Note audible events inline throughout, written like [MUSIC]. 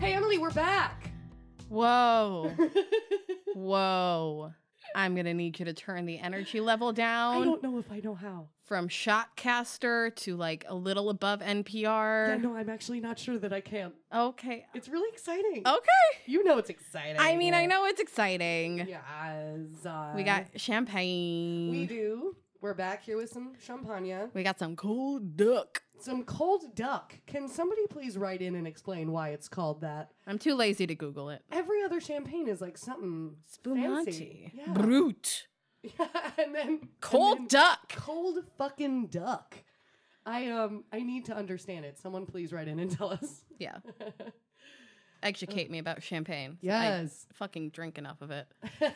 Mommy, we're [LAUGHS] back. Whoa. Whoa. I'm going to need you to turn the energy level I down don't know if I know how. from Shockcaster to like a little above Yeah, NPR. no, I'm actually not sure that I can. Okay. It's really exciting. Okay. You know it's exciting. I mean, I know it's exciting. Yes. uh, We got champagne. We do. We're back here with some champagne, We got some cool duck. some cold duck. Can somebody please write in and explain why it's called that? I'm too lazy to Google it. Every other champagne is like something fancy. Spumante. Yeah. Brute. [LAUGHS] Yeah, and then Cold and then [LAUGHS] duck. Cold fucking duck. I um I need to understand it. Someone please write in and tell us. [LAUGHS] Yeah. Educate me about champagne. Yes. I fucking drink enough of it. [LAUGHS]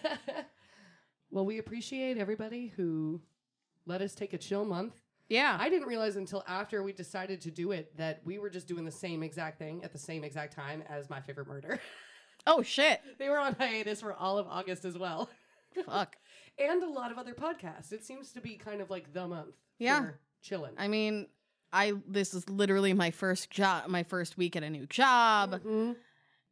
well, we appreciate everybody who let us take a chill month. Yeah. I didn't realize until after we decided to do it that we were just doing the same exact thing at the same exact time as my favorite murder. [LAUGHS] oh, shit. they were on hiatus for all of August as well. Fuck. And a lot of other podcasts. It seems to be kind of like the month. Yeah. for Chilling. I mean, I this is literally my first job, my first week at a new job. Mhm.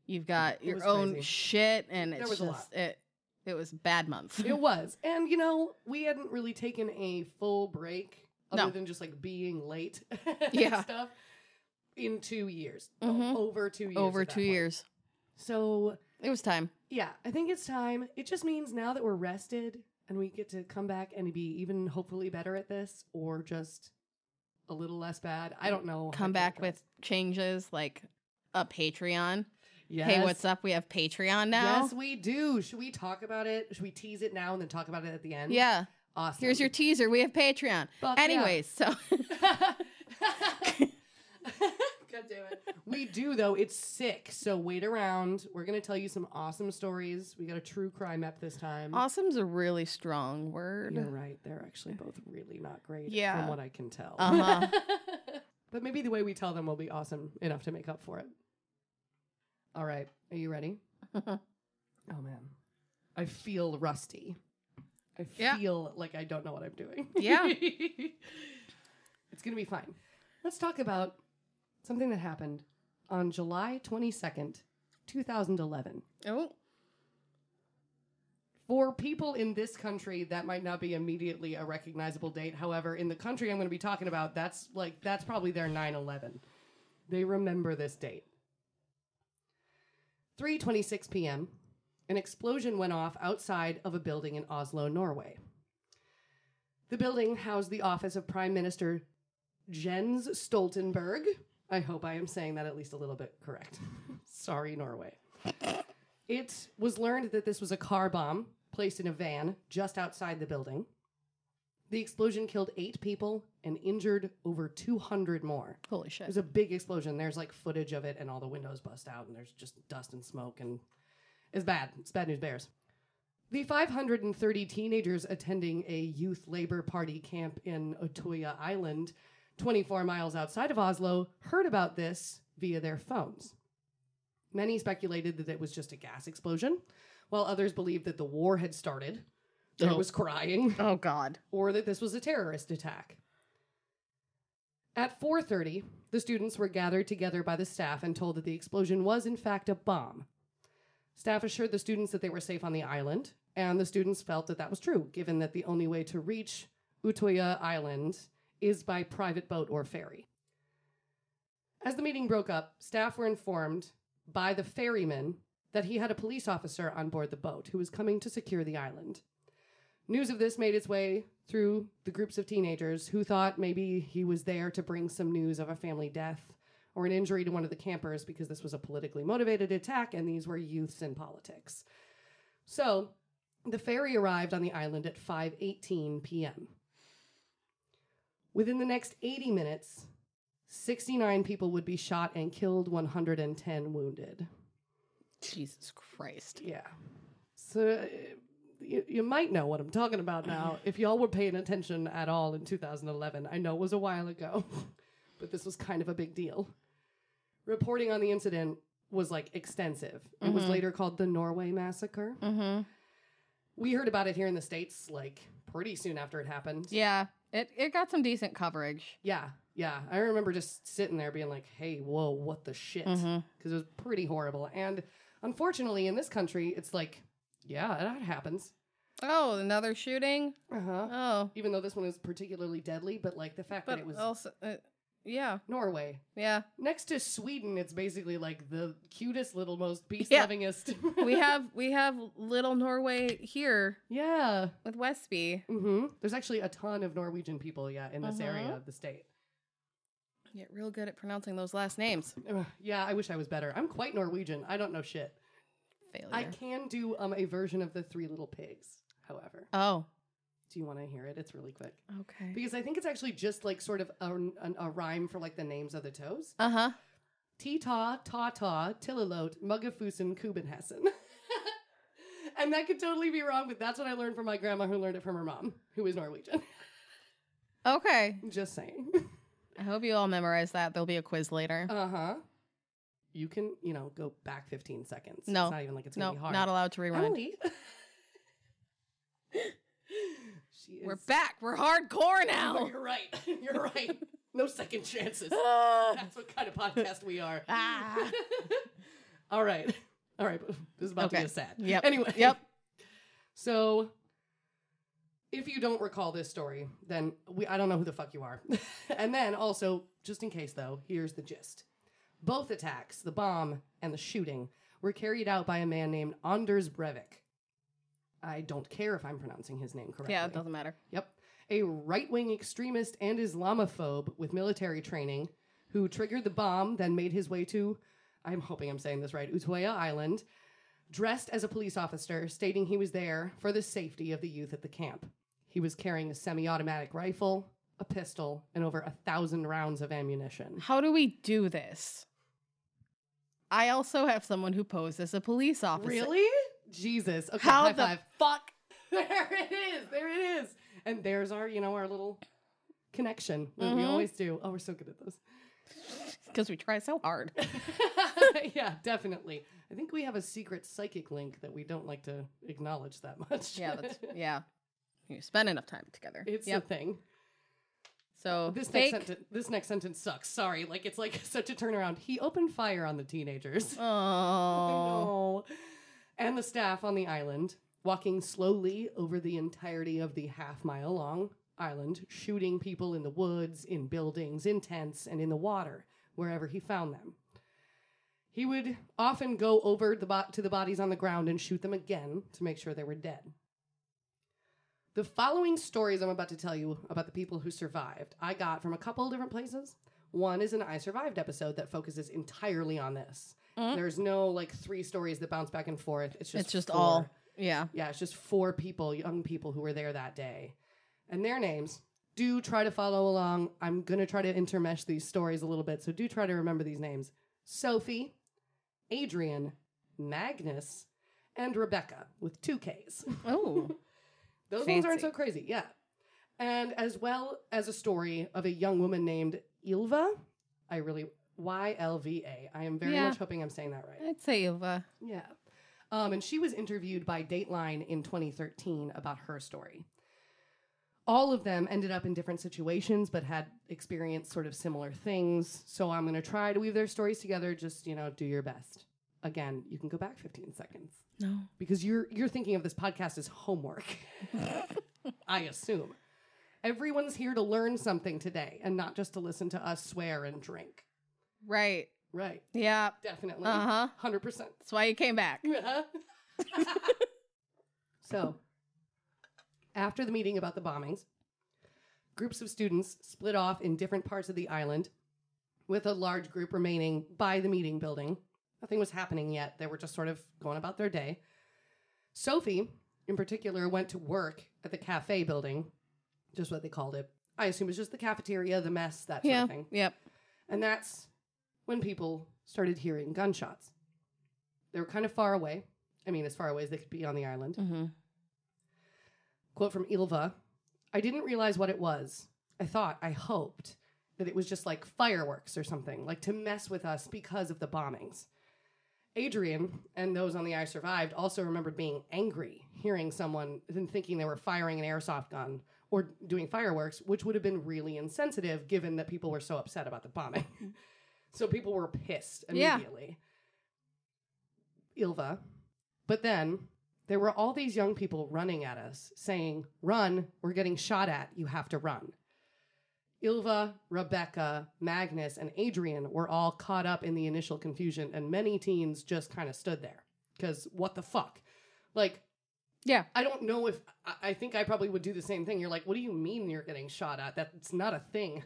You've got was your own crazy. shit, and it's was a just it. It was a bad month. [LAUGHS] It was. And you know, we hadn't really taken a full break other No. than just like being late [LAUGHS] Yeah. and stuff in two years. Mhm. Over two years. Over at that two point. years. So It was time. yeah, I think it's time. It just means now that we're rested and we get to come back and be even hopefully better at this or just a little less bad. Oh, I don't know. how Come to back characterize- with changes like a Patreon. Yes. Hey, what's up? We have Patreon now. Yes, we do. Should we talk about it? Should we tease it now and then talk about it at the end? yeah. Awesome. Here's your teaser. We have Patreon. Fuck yeah. Anyways, [LAUGHS] so [LAUGHS] God damn it. We do though. It's sick. So wait around. We're gonna tell you some awesome stories. We got a true crime ep this time. awesome's a really strong word. You're right. They're actually both really not great. Yeah. From what I can tell. Uh-huh. [LAUGHS] but maybe the way we tell them will be awesome enough to make up for it. All right. Are you [LAUGHS] ready? oh man. I feel rusty. I Yeah. feel like I don't know what I'm doing. Yeah. [LAUGHS] it's going to be fine. Let's talk about something that happened on July 22nd, 2011. Oh, For people in this country, that might not be immediately a recognizable date. However, in the country I'm going to be talking about, that's like that's probably their 9/11. They remember this date. 3:26 p.m. An explosion went off outside of a building in Oslo, Norway. The building housed the office of Prime Minister Jens Stoltenberg. I hope I am saying that at least a little bit correct. [LAUGHS] Sorry, Norway. It was learned that this was a car bomb placed in a van just outside the building. The explosion killed eight people and injured over 200 more. holy It shit. was a big explosion. There's like footage of it, and all the windows bust out, and there's just dust and smoke, and it's bad. It's bad news bears. The 530 teenagers attending a youth labor party camp in Otoya Island, 24 miles outside of Oslo, heard about this via their phones. Many speculated that it was just a gas explosion, while others believed that the war had started, that Oh. it was crying Oh, God. or that this was a terrorist attack. At 4:30, the students were gathered together by the staff and told that the explosion was in fact a bomb. Staff assured the students that they were safe on the island, and the students felt that that was true, given that the only way to reach Utoya Island is by private boat or ferry. As the meeting broke up, staff were informed by the ferryman that he had a police officer on board the boat who was coming to secure the island. News of this made its way through the groups of teenagers who thought maybe he was there to bring some news of a family death or an injury to one of the campers because this was a politically motivated attack and these were youths in politics. So, the ferry arrived on the island at 5:18 p.m. Within the next 80 minutes, 69 people would be shot and killed, 110 wounded. Jesus Christ. Yeah. So uh, you, you might know what I'm talking about now if y'all were paying attention at all in 2011. I know it was a while ago, [LAUGHS] but this was kind of a big deal. Reporting on the incident was like extensive. It was Mhm. later called the Norway Massacre. Mm-hmm. We heard about it here in the States like pretty soon after it happened. Yeah, it, it got some decent coverage. Yeah. Yeah, I remember just sitting there being like, hey, whoa, what the shit? Because Mhm. it was pretty horrible. And unfortunately, in this country, it's like, yeah, that happens. Oh, another shooting. Uh huh. Oh, Even though this one is particularly deadly, but like the fact but that it was also, uh, yeah, Norway. yeah. Next to Sweden, it's basically like the cutest little, most peace Yeah. lovingest. [LAUGHS] we have we have little Norway here [LAUGHS] yeah. with Westby. hmm There's actually a ton of Norwegian people, yeah, in this Mhm. area of the state. Get real good at pronouncing those last names. Ugh, yeah, I wish I was better. I'm quite Norwegian. I don't know shit. Failure. I can do um, a version of the Three Little Pigs, however. oh, Do you want to hear it? It's really quick. okay. Because I think it's actually just like sort of a, an- a rhyme for like the names of the toes. Uh huh. Tita, Tata, Tillalote, Muggafusen, Kubenhessen. [LAUGHS] and that could totally be wrong, but that's what I learned from my grandma who learned it from her mom, who is Norwegian. [LAUGHS] Okay. just saying. I hope you all memorize that. There'll be a quiz later. Uh huh. You can, you know, go back 15 seconds. No. It's not even like it's no, going to be hard. not allowed to rewind. Emily. [LAUGHS] she is. We're back. [LAUGHS] We're No, hardcore now. [LAUGHS] you're right. You're right. No second chances. [LAUGHS] Ah. That's what kind of podcast we are. [LAUGHS] Ah. [LAUGHS] All right. All right. This is about to Okay. be a sad. Yep. Anyway. Yep. [LAUGHS] So, if you don't recall this story, then we, I don't know who the fuck you [LAUGHS] are. and then also, just in case though, here's the gist. Both attacks, the bomb and the shooting, were carried out by a man named Anders Breivik. I don't care if I'm pronouncing his name correctly. Yeah, it doesn't matter. Yep. A right wing extremist and Islamophobe with military training who triggered the bomb, then made his way to, I'm hoping I'm saying this right, Utoya Island, dressed as a police officer, stating he was there for the safety of the youth at the camp. He was carrying a semi automatic rifle, a pistol, and over a thousand rounds of ammunition. How do we do this? I also have someone who posed as a police officer. Really? Jesus. Okay, How high the five. [LAUGHS] fuck? There it is. There it is. And there's our, you know, our little connection that we Mhm. always do. Oh, we're so good at those. Because we try so hard. [LAUGHS] yeah, definitely. I think we have a secret psychic link that we don't like to acknowledge that much. [LAUGHS] Yeah, [LAUGHS] that's, yeah. You spend enough time together. it's yep. a thing. so This next fake. [LAUGHS] sentence. This next sentence sucks. Sorry, like it's like [LAUGHS] such a turnaround. He opened fire on the teenagers. [LAUGHS] oh, No. And the staff on the island, walking slowly over the entirety of the half mile long island, shooting people in the woods, in buildings, in tents, and in the water, wherever he found them. He would often go over the bo- to the bodies on the ground and shoot them again to make sure they were dead. The following stories I'm about to tell you about the people who survived, I got from a couple different places. One is an I Survived episode that focuses entirely on this. Mm. There's no like three stories that bounce back and forth. It's just It's just four. all- yeah. Yeah, it's just four people, young people who were there that day. And their names. Do try to follow along. I'm going to try to intermesh these stories a little bit, so do try to remember these names. Sophie, Adrian, Magnus, and Rebecca with two Ks. Oh, [LAUGHS] Those ones aren't Fancy. so crazy, yeah. And as well as a story of a young woman named Ilva. I really Y L V A. I am very Yeah. much hoping I'm saying that right. I'd say uh, Yeah. Um, and she was interviewed by Dateline in 2013 about her story. All of them ended up in different situations, but had experienced sort of similar things. So I'm going to try to weave their stories together. Just you know, do your best. Again, you can go back 15 seconds no. because you're you're thinking of this podcast as homework. [LAUGHS] I assume. Everyone's here to learn something today and not just to listen to us swear and drink. Right. Right. Yeah. Definitely. Uh huh. 100%. That's why you came back. Uh-huh. [LAUGHS] so, after the meeting about the bombings, groups of students split off in different parts of the island, with a large group remaining by the meeting building. Nothing was happening yet. They were just sort of going about their day. Sophie, in particular, went to work at the cafe building, just what they called it. I assume it's just the cafeteria, the mess, that sort Yeah. of thing. Yep. And that's when people started hearing gunshots. They were kind of far away. I mean, as far away as they could be on the island. [LAUGHS] Mm-hmm. Quote from Ilva I didn't realize what it was. I thought, I hoped that it was just like fireworks or something, like to mess with us because of the bombings. Adrian and those on the I survived also remembered being angry hearing someone and thinking they were firing an airsoft gun or doing fireworks, which would have been really insensitive given that people were so upset about the bombing. [LAUGHS] so people were pissed Yeah. immediately. Ilva. But then there were all these young people running at us saying, Run, we're getting shot at, you have to run. Ilva, Rebecca, Magnus, and Adrian were all caught up in the initial confusion, and many teens just kind of stood there. Because what the fuck? Like, Yeah. I don't know if I- I think I probably would do the same thing. You're like, what do you mean you're getting shot at? That's not a thing.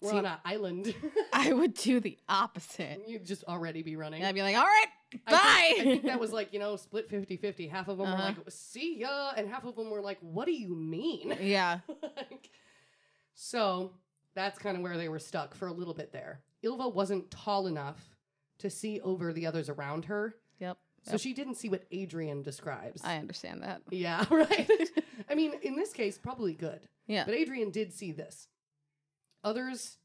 We're See- on an island. [LAUGHS] I would do the opposite. You'd just already be running. I'd be like, all right, bye. I think, I think that was like, you know, split 50 50. Half of them were Uh-huh. like, see ya. And half of them were like, what do you mean? [LAUGHS] yeah. [LAUGHS] like, so that's kind of where they were stuck for a little bit there. Ilva wasn't tall enough to see over the others around her. Yep. So Yep. she didn't see what Adrian describes. I [LAUGHS] understand that. yeah, right. I mean, in this case, probably good. Yeah. But Adrian did see this. Others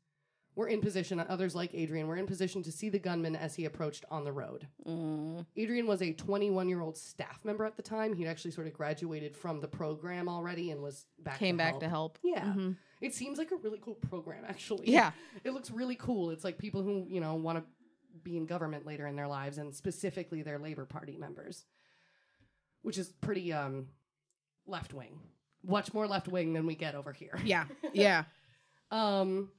were in position, others like Adrian were in position to see the gunman as he approached on the road. Mm. Adrian was a 21 year old staff member at the time. He'd actually sort of graduated from the program already and was back to Came back help. to help. Yeah. Mhm. [LAUGHS] It seems like a really cool program, actually. Yeah. [LAUGHS] It looks really cool. It's like people who, you know, want to be in government later in their lives and specifically their Labor Party members, which is pretty um, left wing. Much more left wing than we get over here. [LAUGHS] Yeah. Yeah. Um,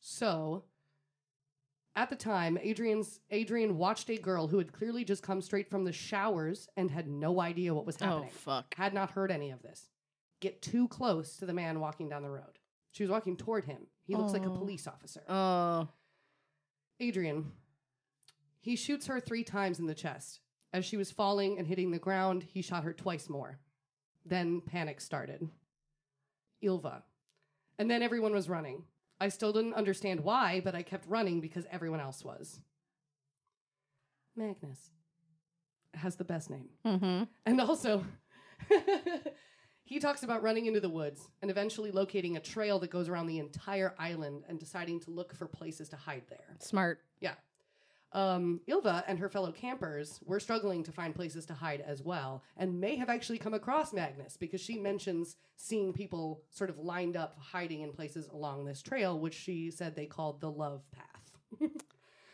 so at the time, Adrian's Adrian watched a girl who had clearly just come straight from the showers and had no idea what was oh, happening. fuck. had not heard any of this. Get too close to the man walking down the road. She was walking toward him. He looks like a Oh. police officer. Oh. Adrian. He shoots her three times in the chest. As she was falling and hitting the ground, he shot her twice more. Then panic started. Ilva. And then everyone was running. I still didn't understand why, but I kept running because everyone else was. Magnus has the best name. Mm-hmm. And also, [LAUGHS] he talks about running into the woods and eventually locating a trail that goes around the entire island and deciding to look for places to hide there. Smart. Um, Ilva and her fellow campers were struggling to find places to hide as well, and may have actually come across Magnus because she mentions seeing people sort of lined up hiding in places along this trail, which she said they called the love path,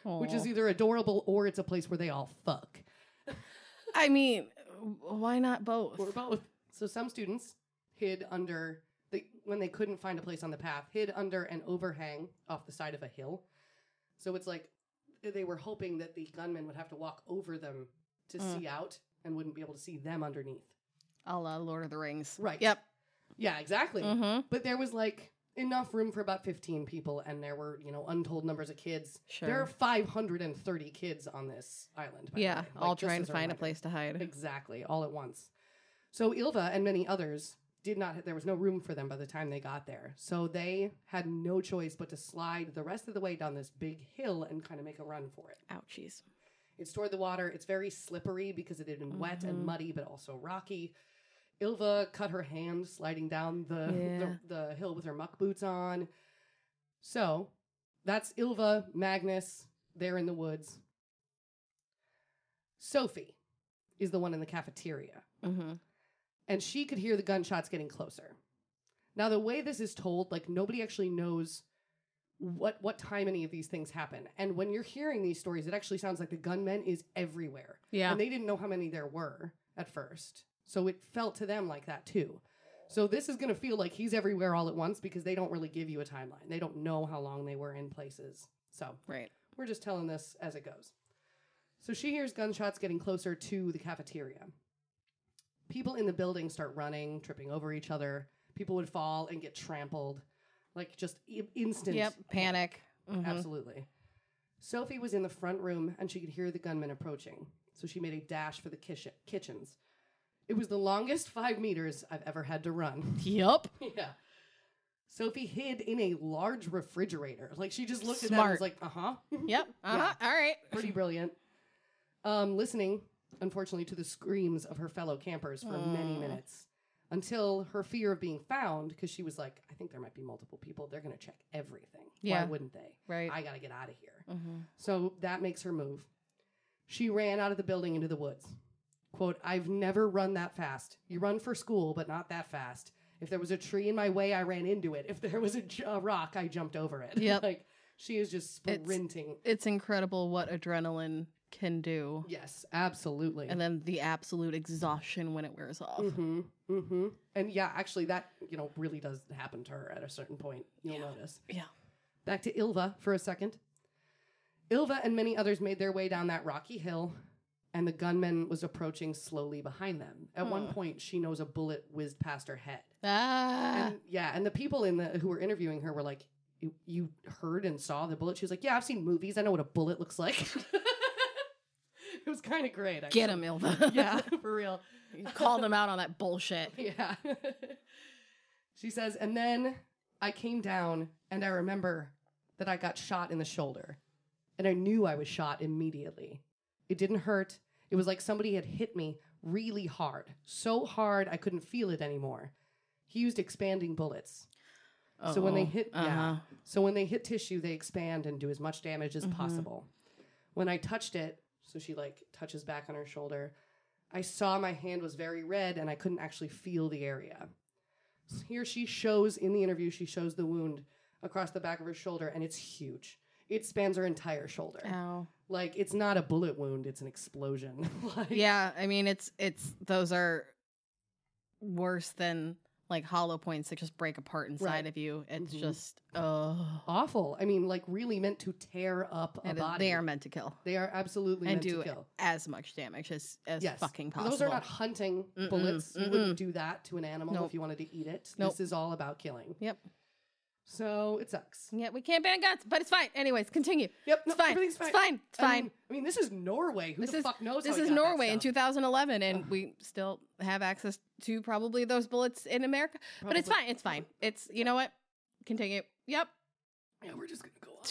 which is Aw. either adorable or it's a place where they all fuck. I mean, w- why not both? Or both. So some students hid under the when they couldn't find a place on the path, hid under an overhang off the side of a hill. So it's like they were hoping that the gunman would have to walk over them to Mm. see out and wouldn't be able to see them underneath. A la Lord of the Rings. Right. Yep. Yeah, exactly. Mm-hmm. But there was like enough room for about 15 people and there were, you know, untold numbers of kids. There are Sure. 530 kids on this island. by the Yeah. way. Like, all just trying as to find a reminder. place to hide. Exactly, all at once. So Ilva and many others did not, there was no room for them by the time they got there. So they had no choice but to slide the rest of the way down this big hill and kind of make a run for it. Ouchies. It's toward the water. It's very slippery because it had been wet and Mhm. muddy, but also rocky. Ilva cut her hand sliding down the, Yeah. the the hill with her muck boots on. So that's Ilva, Magnus, there in the woods. Sophie is the one in the cafeteria Mm-hmm. and she could hear the gunshots getting closer. Now, the way this is told, like nobody actually knows what what time any of these things happen. And when you're hearing these stories, it actually sounds like the gunmen is everywhere. Yeah. And they didn't know how many there were at first. So it felt to them like that too. So this is going to feel like he's everywhere all at once because they don't really give you a timeline. They don't know how long they were in places. So Right. we're just telling this as it goes. So she hears gunshots getting closer to the cafeteria. People in the building start running, tripping over each other. People would fall and get trampled. Like just I- instant. Yep. Panic. Mhm. Absolutely. Sophie was in the front room and she could hear the gunmen approaching. So she made a dash for the kitchen- kitchens. It was the longest five meters I've ever had to run. [LAUGHS] [LAUGHS] Yup. Yeah. Sophie hid in a large refrigerator. Like she just looked at that and was Smart. like, uh huh. Yep. Uh-huh. All right. Pretty brilliant. Um, listening, unfortunately, to the screams of her fellow campers for many Mm. minutes until her fear of being found, because she was like, I think there might be multiple people. They're going to check everything. Yeah. Why wouldn't they? Right. I got to get out of here. Mhm. So that makes her move. She ran out of the building into the woods. Quote, I've never run that fast. You run for school, but not that fast. If there was a tree in my way, I ran into it. If there was a, j- a rock, I jumped over it. [LAUGHS] Yep. like she is just It's- sprinting. It's incredible what adrenaline can do. Yes, absolutely. And then the absolute exhaustion when it wears off. Mm-hmm. Mm-hmm. And yeah, actually, that you know really does happen to her at a certain point. You'll Yeah. notice. Yeah. Back to Ilva for a second. Ilva and many others made their way down that rocky hill, and the gunman was approaching slowly behind them. At one Huh. point, she knows a bullet whizzed past her head. Ah, And, yeah, and the people in the who were interviewing her were like, "You, you heard and saw the bullet." She was like, "Yeah, I've seen movies. I know what a bullet looks like." [LAUGHS] it was kind of great. Actually. get him, Ilva. [LAUGHS] Yeah, for real. Call them out on that bullshit. [LAUGHS] Yeah. she says, and then I came down and I remember that I got shot in the shoulder. And I knew I was shot immediately. It didn't hurt. It was like somebody had hit me really hard, so hard I couldn't feel it anymore. He used expanding bullets. So when they Uh-oh. hit- Uh-huh. yeah. So when they hit tissue, they expand and do as much damage as Mhm. possible. When I touched it, so she like touches back on her shoulder, I saw my hand was very red and I couldn't actually feel the area. So here she shows in the interview, she shows the wound across the back of her shoulder and it's huge. It spans her entire shoulder. Ow. Like it's not a bullet wound, it's an explosion. [LAUGHS] like, Yeah, I mean it's it's those are worse than like hollow points that just break apart inside Right. of you. It's Mhm. just oh, Awful. I mean, like really meant to tear up a and it- body. they are meant to kill They are absolutely and meant do to kill. as much damage as as Yes. fucking And possible. Those are not hunting Mm-mm, bullets. You wouldn't do that to an animal Nope. if you wanted to eat it. Nope. This is all about killing. Yep. So it sucks. Yeah, we can't ban guns, but it's fine. Anyways, continue. It's Yep. no, fine. Everything's It's fine. fine. It's fine. I Mean, I mean, this is Norway. Who This the is- fuck knows? this how we is got that Norway in stuff? 2011, and [SIGHS] we still have access to probably those bullets in America. But it's Probably. fine. It's [LAUGHS] fine. It's you know what? Continue. Yep. Yeah, we're just gonna go on. [LAUGHS]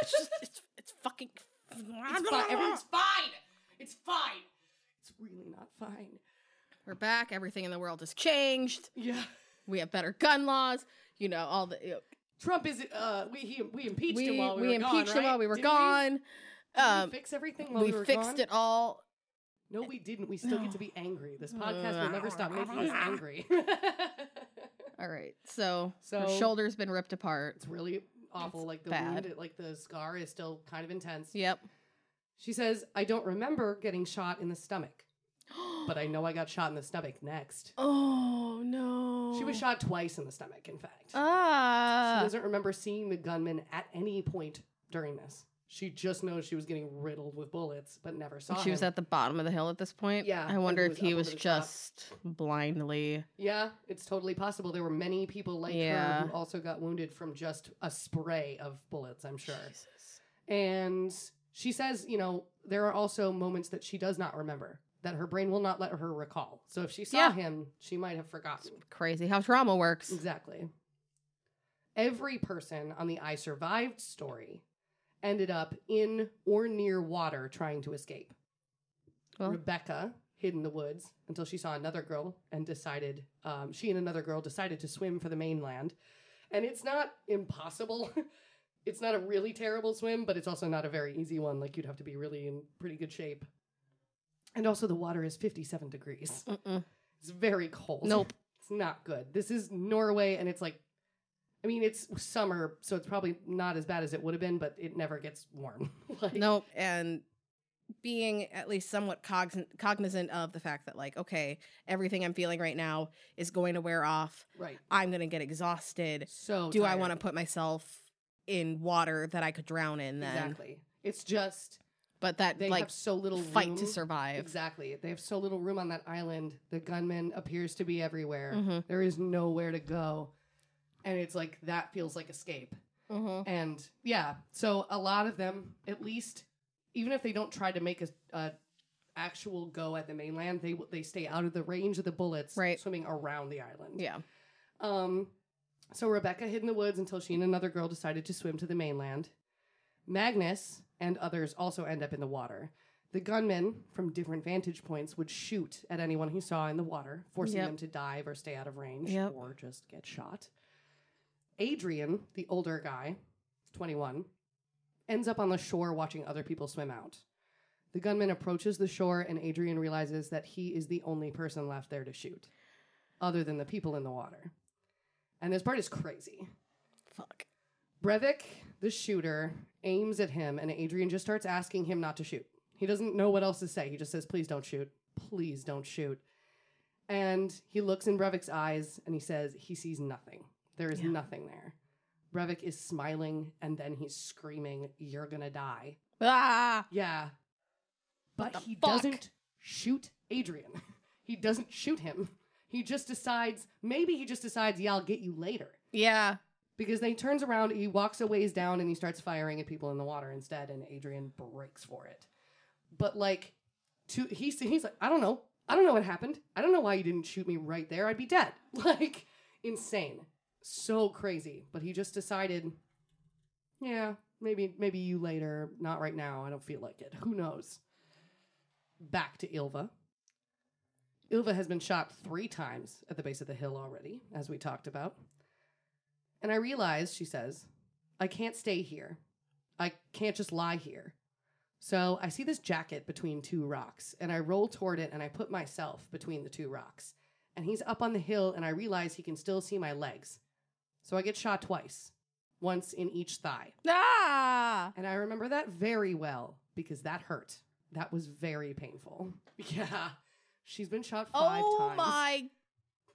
It's just- it's, it's fucking. it's fine. Everything's fine. It's fine. It's really not fine. We're back. Everything in the world has changed. Yeah. We have better gun laws. You know all the. you know, Trump is. Uh, we he, we impeached we him while we, we were impeached gone. him right? while we were Didn't gone. Didn't Um, we fix everything while we we, were fixed gone? it all. No, we didn't. We still get to No. be angry. This podcast will never stop making us angry. [LAUGHS] All right. So, So- her shoulder's been ripped apart. It's really awful. It's like the bad. wound, like the scar is still kind of intense. Yep. [GASPS] She says, "I don't remember getting shot in the stomach, but I know I got shot in the stomach next. Oh no. She was shot twice in the stomach. In fact, she uh, Ah. doesn't remember seeing the gunman at any point during this. She just knows she was getting riddled with bullets, but never saw She was him. at the bottom of the hill at this point. Yeah, I wonder and if he was was up over the top. just blindly. yeah, it's totally possible. There were many people like her Yeah. who also got wounded from just a spray of bullets. I'm sure. And she says, you know, there are also moments that she does not remember, that her brain will not let her recall. So if she saw Yeah. him, she might have forgotten. Crazy how trauma works. Exactly. Every person on the I survived story ended up in or near water trying to escape. Well- Rebecca hid in the woods until she saw another girl and decided, um, she and another girl decided to swim for the mainland. And it's not impossible. [LAUGHS] it's not a really terrible swim, but it's also not a very easy one. Like you'd have to be really in pretty good shape. And also, the water is 57 degrees. Mm-mm. It's very cold. Nope. It's not good. This is Norway, and it's like, I mean, it's summer, so it's probably not as bad as it would have been, but it never gets warm. [LAUGHS] like, Nope. And being at least somewhat cogn- cognizant of the fact that, like, okay, everything I'm feeling right now is going to wear off. Right. I'm going to get exhausted. So, Do I tired. want to put myself in water that I could drown in then? Exactly. It's just But that, they like, have so little fight to room. survive. Exactly. They have so little room on that island. The gunman appears to be everywhere. Mhm. There is nowhere to go. And it's like that feels like escape. Mm-hmm. And yeah, so a lot of them, at least, even if they don't try to make a, a actual go at the mainland, they they stay out of the range of the bullets, Right. swimming around the island. Yeah. Um, so Rebecca hid in the woods until she and another girl decided to swim to the mainland. Magnus and others also end up in the water. The gunmen, from different vantage points, would shoot at anyone he saw in the water, forcing Yep. them to dive or stay out of range Yep. or just get shot. Adrian, the older guy, 21, ends up on the shore watching other people swim out. The gunman approaches the shore, and Adrian realizes that he is the only person left there to shoot, other than the people in the water. And this part is crazy. Fuck. Brevik, the shooter, aims at him, and Adrian just starts asking him not to shoot. He doesn't know what else to say. He just says, Please don't shoot. Please don't shoot. And he looks in Brevik's eyes and he says, He sees nothing. There is Yeah. nothing there. Brevik is smiling and then he's screaming, You're gonna die. Ah. Yeah. But What the he fuck? doesn't shoot Adrian. [LAUGHS] He doesn't shoot him. He just decides, maybe he just decides, Yeah, I'll get you later Yeah. because then he turns around, he walks a ways down, and he starts firing at people in the water instead. And Adrian breaks for it, but like, to he's he's like, I don't know, I don't know what happened. I don't know why you didn't shoot me right there. I'd be dead. [LAUGHS] Like, insane, so crazy. But he just decided, yeah, maybe maybe you later, not right now. I don't feel like it. Who knows? Back to Ilva. Ilva has been shot three times at the base of the hill already, as we talked about. And I realized, she says, I can't stay here. I can't just lie here. So I see this jacket between two rocks, and I roll toward it and I put myself between the two rocks. And he's up on the hill, and I realize he can still see my legs. So I get shot twice, once in each thigh. Ah. And I remember that very well because that hurt. That was very painful. [LAUGHS] Yeah. She's been shot five oh times. my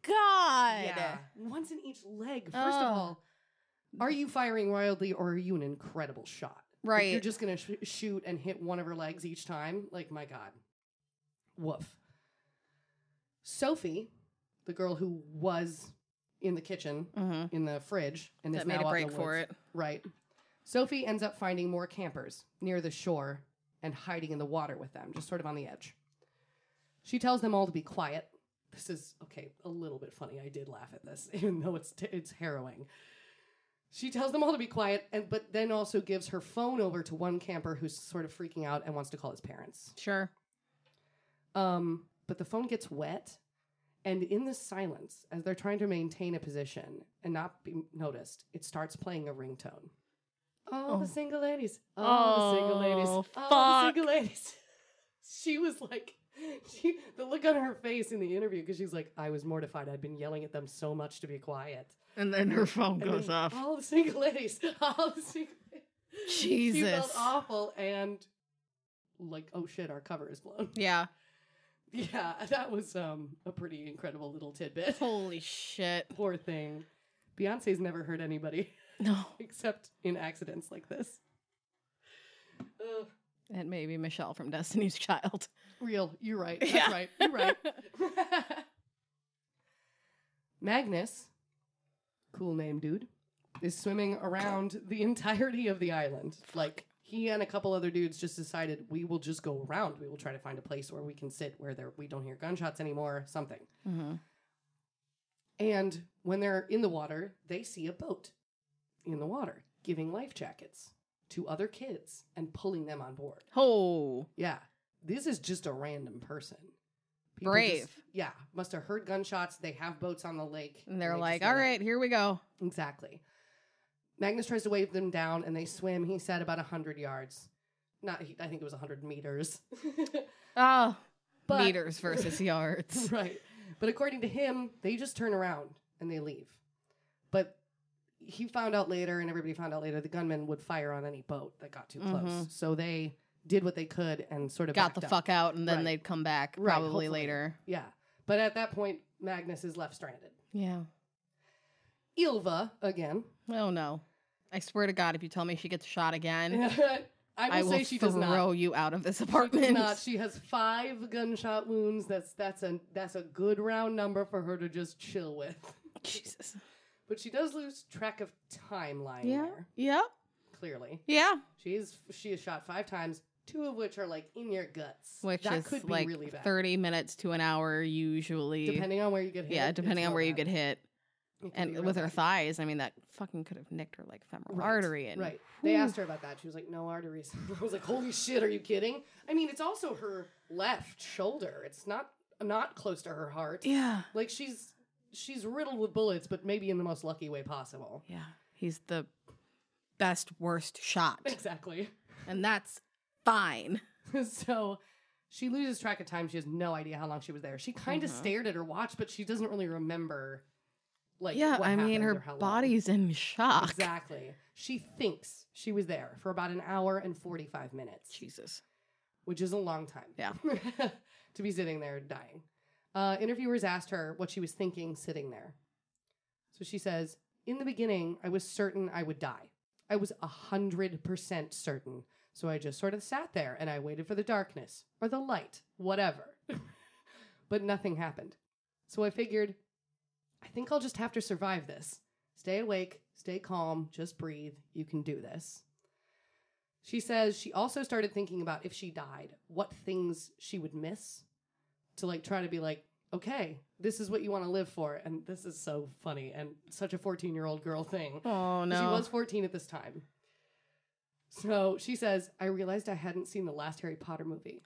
god. Yeah. Once in each leg. First Oh. of all, are you firing wildly or are you an incredible shot? If you're Right. just going to sh- shoot and hit one of her legs each time, like, my God. Woof. Sophie, the girl who was in the kitchen, mm-hmm. in the fridge, and is That made now a out in break the for woods. it. Right. Sophie ends up finding more campers near the shore and hiding in the water with them, just sort of on the edge. She tells them all to be quiet. This is okay, a little bit funny. I did laugh at this, [LAUGHS] even though it's it's harrowing. She tells them all to be quiet, and but then also gives her phone over to one camper who's sort of freaking out and wants to call his parents. Sure. Um, but the phone gets wet, and in the silence, as they're trying to maintain a position and not be noticed, it starts playing a ringtone. All Oh. the single ladies. All the single ladies. Oh, All the single ladies. [LAUGHS] she was like, she the look on her face in the interview because she's like, I was mortified. I'd been yelling at them so much to be quiet. And then her phone And then All the single ladies. [LAUGHS] All the single. She felt Jesus. awful and like, oh shit, our cover is blown. Yeah. Yeah, [LAUGHS] that was um, a pretty incredible little tidbit. [LAUGHS] Holy shit. Poor thing. Beyonce's never hurt anybody [LAUGHS] No. except in accidents like this. Ugh. It may be Michelle from Destiny's Child. [LAUGHS] real, you're right. That's Yeah. right. You're [LAUGHS] right. Magnus, cool name, dude, is swimming around the entirety of the island. Like, he and a couple other dudes just decided we will just go around. We will try to find a place where we can sit where there we don't hear gunshots anymore, something. mm-hmm. And when they're in the water, they see a boat in the water giving life jackets to other kids and pulling them on board. Oh. Yeah. This is just a random person. Brave. just- yeah. Must have heard gunshots. They have boats on the lake. And they're they like, just all land." right, here we go. Exactly. Magnus tries to wave them down and they swim, he said, about 100 yards. Not, he- I think it was 100 meters. [LAUGHS] Oh. But- Meters versus [LAUGHS] [LAUGHS] yards. right. But according to him, they just turn around and they leave. But he found out later, and everybody found out later, the gunman would fire on any boat that got too close. Mhm. So they did what they could and sort of Got the backed up. fuck out, and then Right. they'd come back Right, probably hopefully. later. Yeah. But at that point, Magnus is left stranded. Yeah. Ilva again. Oh no. I swear to God, if you tell me she gets shot again, [LAUGHS] I will I will say she throw does not. you out of this She apartment. does not. [LAUGHS] She has five gunshot wounds. That's that's a that's a good round number for her to just chill with. [LAUGHS] Jesus. But she does lose track of time lying Yeah. there. Yep. Clearly, Yeah. she's she is shot five times, two of which are like in your guts, Which that is could be like really bad, 30 minutes to an hour usually. depending on where you get hit. yeah, it's depending on real where you bad. get hit. It could be And real with her bad. thighs, I mean, that fucking could have nicked her like femoral Right, artery. And right. They Whew. asked her about that. She was like, "No arteries." [LAUGHS] I was like, "Holy shit, are you kidding?" I mean, it's also her left shoulder. It's not not close to her heart. Yeah. Like she's she's riddled with bullets, but maybe in the most lucky way possible. Yeah. He's the best, worst shot. Exactly. and that's fine. [LAUGHS] so she loses track of time. She has no idea how long she was there. She kind of Mhm. stared at her watch, but she doesn't really remember. Like, yeah, what I mean, happened her or how long. body's in shock. Exactly. She thinks she was there for about an hour and 45 minutes, [LAUGHS] Jesus. which is a long time. Yeah. [LAUGHS] to be sitting there dying. Uh, interviewers asked her what she was thinking sitting there. So she says, In the beginning, I was certain I would die. I was 100% certain. So I just sort of sat there and I waited for the darkness or the light, whatever. [LAUGHS] but nothing happened. So I figured, I think I'll just have to survive this. Stay awake, stay calm, just breathe. You can do this. She says she also started thinking about if she died, what things she would miss to like try to be like, okay, this is what you want to live for. And this is so funny and such a 14 year old girl thing. Oh no. She was 14 at this time. So she says, I realized I hadn't seen the last Harry Potter movie.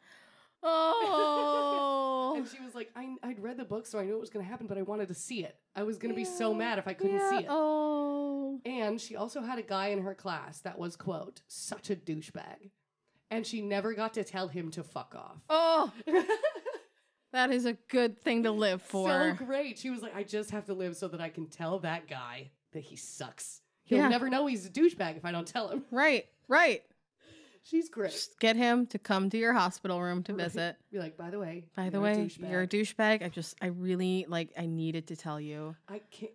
Oh. [LAUGHS] And she was like, I, I'd read the book, so I knew it was going to happen, but I wanted to see it. I was going to be so Yeah. mad if I couldn't Yeah, see it. Oh. And she also had a guy in her class that was, quote, such a douchebag. And she never got to tell him to fuck off. Oh. [LAUGHS] that is a good thing to live for. So great. She was like, I just have to live so that I can tell that guy that he sucks. He'll Yeah. never know he's a douchebag if I don't tell him. [LAUGHS] right. Right. She's great. Just get him to come to your hospital room to Right. visit. Be like, by the way, By the you're a way, douchebag. you're a douchebag. I just, I really like, I needed to tell you. I can't.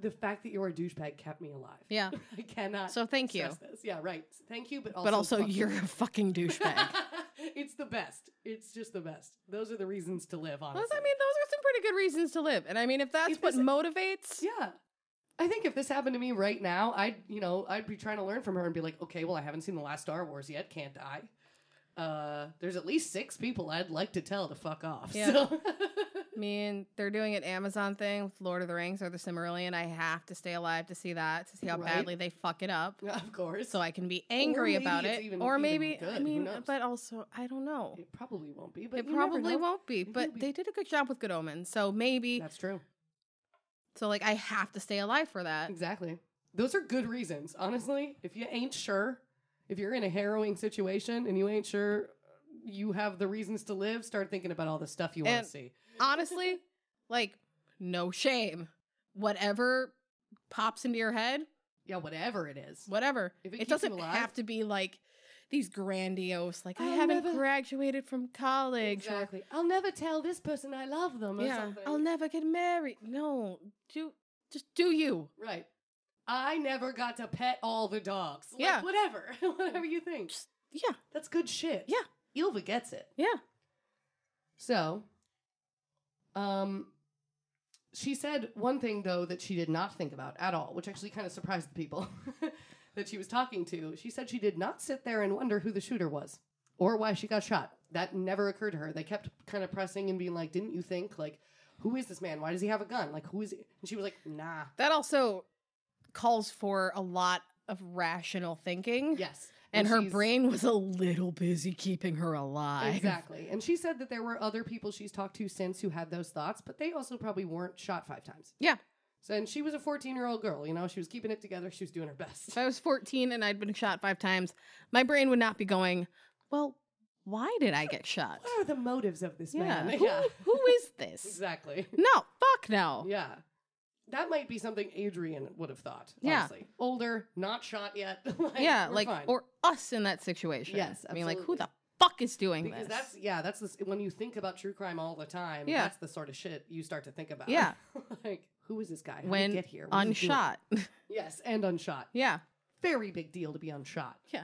The fact that you're a douchebag kept me alive. [LAUGHS] Yeah. [LAUGHS] I cannot. So thank you. stress This. Yeah, right. Thank you, but also, but also, fuck you're you. a [LAUGHS] fucking [LAUGHS] douchebag. it's the best. It's just the best. Those are the reasons to live. Honestly, Those, I mean, those are some pretty good reasons to live. And I mean, if that's If what this- motivates, yeah. I think if this happened to me right now, I'd you know I'd be trying to learn from her and be like, okay, well I haven't seen the last Star Wars yet, can't die. Uh, there's at least six people I'd like to tell to fuck off. Yeah. So. [LAUGHS] I mean, they're doing an Amazon thing with Lord of the Rings or the Cimmerillion. I have to stay alive to see that, to see how Right. badly they fuck it up. of course. So I can be angry maybe about it's it. even- or even maybe, good, I who mean, knows? but also, I don't know. it probably won't be, but it you never probably know. won't be, Maybe it'll but be- they did a good job with Good Omens. So maybe, That's true. so like, I have to stay alive for that. Uh, Exactly. Those are good reasons, honestly. If you ain't sure, if you're in a harrowing situation and you ain't sure uh, you have the reasons to live, start thinking about all the stuff you want And- to see. Honestly, like, no shame. Whatever pops into your head, Yeah, whatever it is. whatever. If it it keeps you doesn't alive. have to be like these grandiose, like I I'll haven't never- graduated from college. or, Exactly. I'll never tell this person I love them or yeah, something. I'll never get married. No, do just do you. right. I never got to pet all the dogs. Like, Yeah. Whatever. [LAUGHS] whatever you think. Just yeah, That's good shit. Yeah. Ilva gets it. yeah. So, um, she said one thing though that she did not think about at all, which actually kind of surprised the people [LAUGHS] that she was talking to. She said she did not sit there and wonder who the shooter was or why she got shot. That never occurred to her. They kept kind of pressing and being like, "Didn't you think like who is this man? Why does he have a gun? Like who is he?" And she was like, "Nah." That also calls for a lot of rational thinking. Yes. [LAUGHS] And her she's- brain was a little busy keeping her alive. Exactly. And she said that there were other people she's talked to since who had those thoughts, but they also probably weren't shot five times. Yeah. So, and she was a 14 year old girl, you know, she was keeping it together. She was doing her best. If I was 14 and I'd been shot five times, my brain would not be going, well, why did I get shot? [LAUGHS] What are the motives of this Yeah. man? [LAUGHS] Who, who is this? exactly. No, fuck no. Yeah. That might be something Adrian would have thought. Yeah. Honestly. Older, not shot yet. [LAUGHS] like, yeah, we're like fine. or us in that situation. Yes, I mean, like who absolutely. the fuck is doing because this? that's yeah, that's this, when you think about true crime all the time. Yeah. that's the sort of shit you start to think about. Yeah. [LAUGHS] like who is this guy? How did When he get here? What is he doing? unshot. Yes, and unshot. yeah, very big deal to be unshot. Yeah.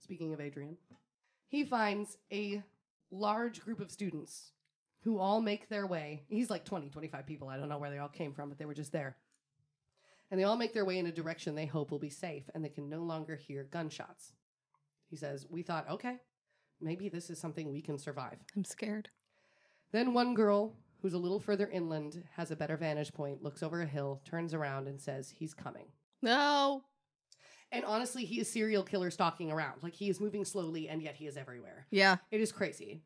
Speaking of Adrian, he finds a large group of students who all make their way. He's like 20, 25 people. I don't know where they all came from, but they were just there. And they all make their way in a direction they hope will be safe and they can no longer hear gunshots. He says, We thought, okay, maybe this is something we can survive. I'm scared. Then one girl, who's a little further inland, has a better vantage point, looks over a hill, turns around, and says, He's coming. No, And honestly, he is serial killer stalking around. Like he is moving slowly and yet he is everywhere. yeah, It is crazy.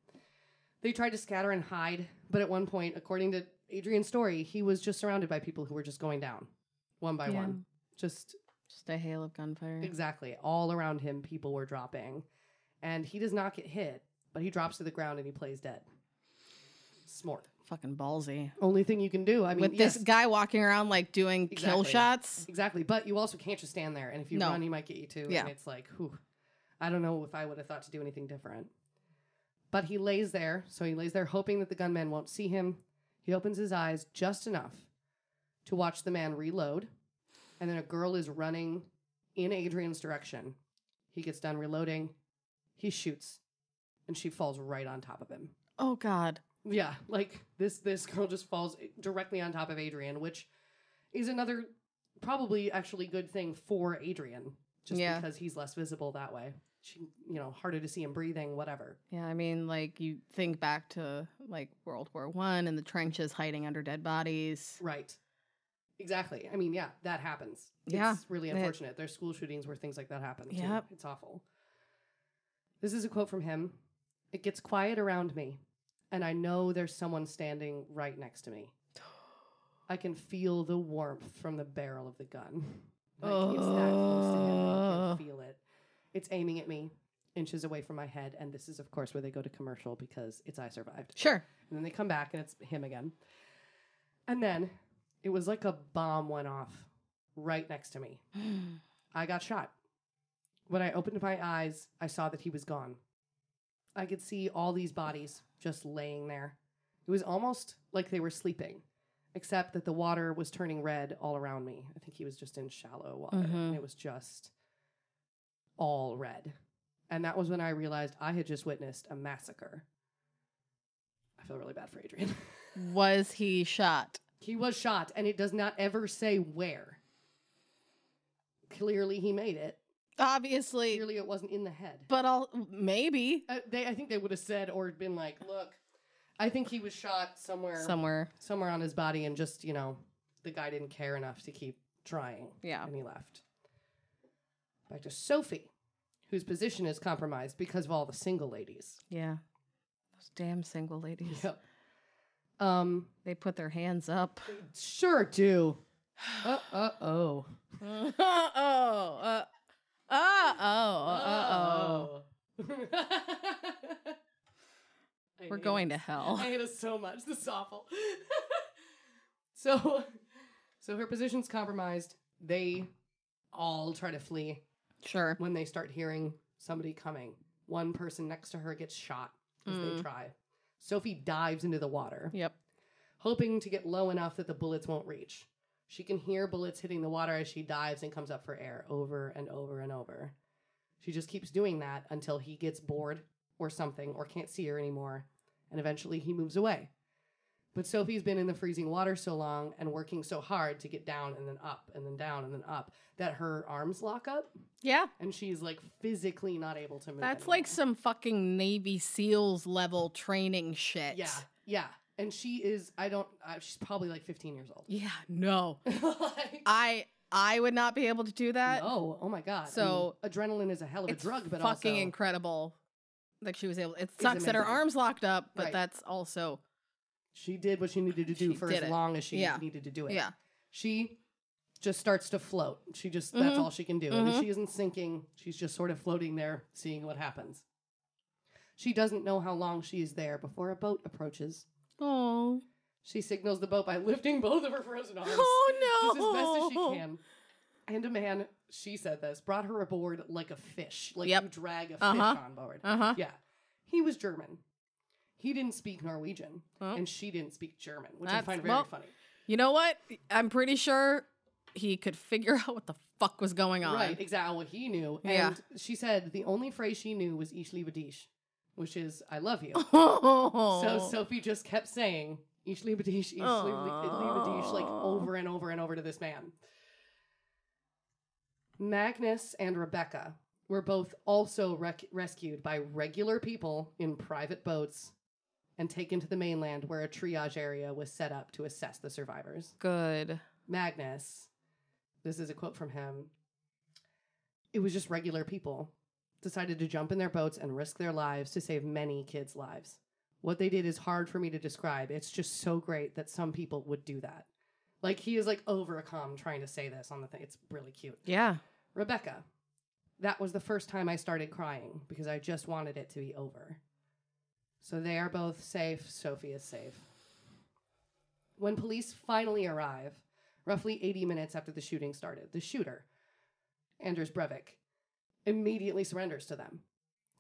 They tried to scatter and hide, but at one point, according to Adrian's story, he was just surrounded by people who were just going down one by Yeah. one. Just just a hail of gunfire. exactly all around him, people were dropping. and he does not get hit, but he drops to the ground and he plays dead. Smart. Fucking ballsy. Only thing you can do. I mean, With yes, this guy walking around like doing kill Exactly. shots. exactly. But you also can't just stand there, and if you No. run, he might get you too. Yeah. And it's like, whew, I don't know if I would have thought to do anything different. But he lays there, so he lays there hoping that the gunman won't see him. He opens his eyes just enough to watch the man reload, and then a girl is running in Adrian's direction. He gets done reloading, he shoots, and she falls right on top of him. Oh god. Yeah, like this this girl just falls directly on top of Adrian, which is another probably actually good thing for Adrian, just Yeah. because he's less visible that way. She, you know, harder to see him breathing, whatever. Yeah, I mean, like you think back to like World War One and the trenches hiding under dead bodies. Right. Exactly. I mean, yeah, that happens. Yeah. It's really It- unfortunate. There's school shootings where things like that happen. too. Yep. It's awful. This is a quote from him. It gets quiet around me, and I know there's someone standing right next to me. I can feel the warmth from the barrel of the gun. Like it's that close to him. I Oh. can feel it. It's aiming at me, inches away from my head, and this is of course where they go to commercial because it's I survived. Sure. And then they come back and it's him again. And then it was like a bomb went off right next to me. I got shot. When I opened my eyes, I saw that he was gone. I could see all these bodies just laying there. It was almost like they were sleeping, except that the water was turning red all around me. I think he was just in shallow water Mhm. and it was just all red. And that was when I realized I had just witnessed a massacre. I feel really bad for Adrian. [SIGHS] [LAUGHS] Was he shot? he was shot, and it does not ever say where. Clearly, he made it. Obviously. Clearly, it wasn't in the head. But I'll maybe Uh, they, I think they would have said or been like, "Look, I think he was shot somewhere, somewhere. somewhere on his body, and just you know, the guy didn't care enough to keep trying, Yeah. and he left." Back to Sophie, whose position is compromised because of all the single ladies. Yeah. Those damn single ladies. Yep. Um. They put their hands up. Sure [SIGHS] do. Uh uh oh. [LAUGHS] Uh oh. Uh oh. Uh oh. [LAUGHS] We're going to hell. I hate us so much. This is awful. [LAUGHS] so, so her position's compromised. They all try to flee Sure. when they start hearing somebody coming. One person next to her gets shot as they Mm. try. Sophie dives into the water, Yep. hoping to get low enough that the bullets won't reach. She can hear bullets hitting the water as she dives and comes up for air over and over and over. She just keeps doing that until he gets bored or something or can't see her anymore, and eventually he moves away. But Sophie's been in the freezing water so long and working so hard to get down and then up and then down and then up that her arms lock up Yeah. and she's like physically not able to move. That's anymore. like some fucking Navy SEALs level training shit. yeah, yeah. And she is I don't uh, she's probably like 15 years old. Yeah. No. [LAUGHS] like, I I would not be able to do that. no, oh my god. so- I mean, adrenaline is a hell of a It's drug, but fucking also incredible that she was able. It sucks that her amazing. arms locked up, but Right. that's also she did what she needed to do She for did as it. long as she Yeah. needed to do it. yeah. She just starts to float. She just that's Mhm. all she can do. I mean, Mhm. she isn't sinking. She's just sort of floating there, seeing what happens. She doesn't know how long she is there before a boat approaches. Oh. She signals the boat by lifting both of her frozen arms. Oh Just no. as best [LAUGHS] as she can. And a man, she said this, brought her aboard like a fish, like Yep. you drag a Uh-huh. fish on board. Uh [LAUGHS] huh. Yeah. He was German. He didn't speak Norwegian, Oh. and she didn't speak German, which I That's- find very well- funny. You know what? I'm pretty sure he could figure out what the fuck was going on. Right, exactly what he knew. And Yeah. she said the only phrase she knew was Ich liebe dich, which is I love [LAUGHS] you. Oh. So Sophie just kept saying Ich liebe dich, Ich liebe, liebe dich, like Aw. over and over and over to this man. Magnus and Rebecca were both also rec- rescued by regular people in private boats and taken to the mainland where a triage area was set up to assess the survivors. good. Magnus, this is a quote from him. It was just regular people decided to jump in their boats and risk their lives to save many kids' lives. What they did is hard for me to describe. It's just so great that some people would do that. Like he is like overcome trying to say this on the thing. It's really cute. Yeah. Rebecca, That was the first time I started crying because I just wanted it to be over. So they are both safe. Sophie is safe. When police finally arrive, roughly 80 minutes after the shooting started, the shooter, Anders Breivik, immediately surrenders to them.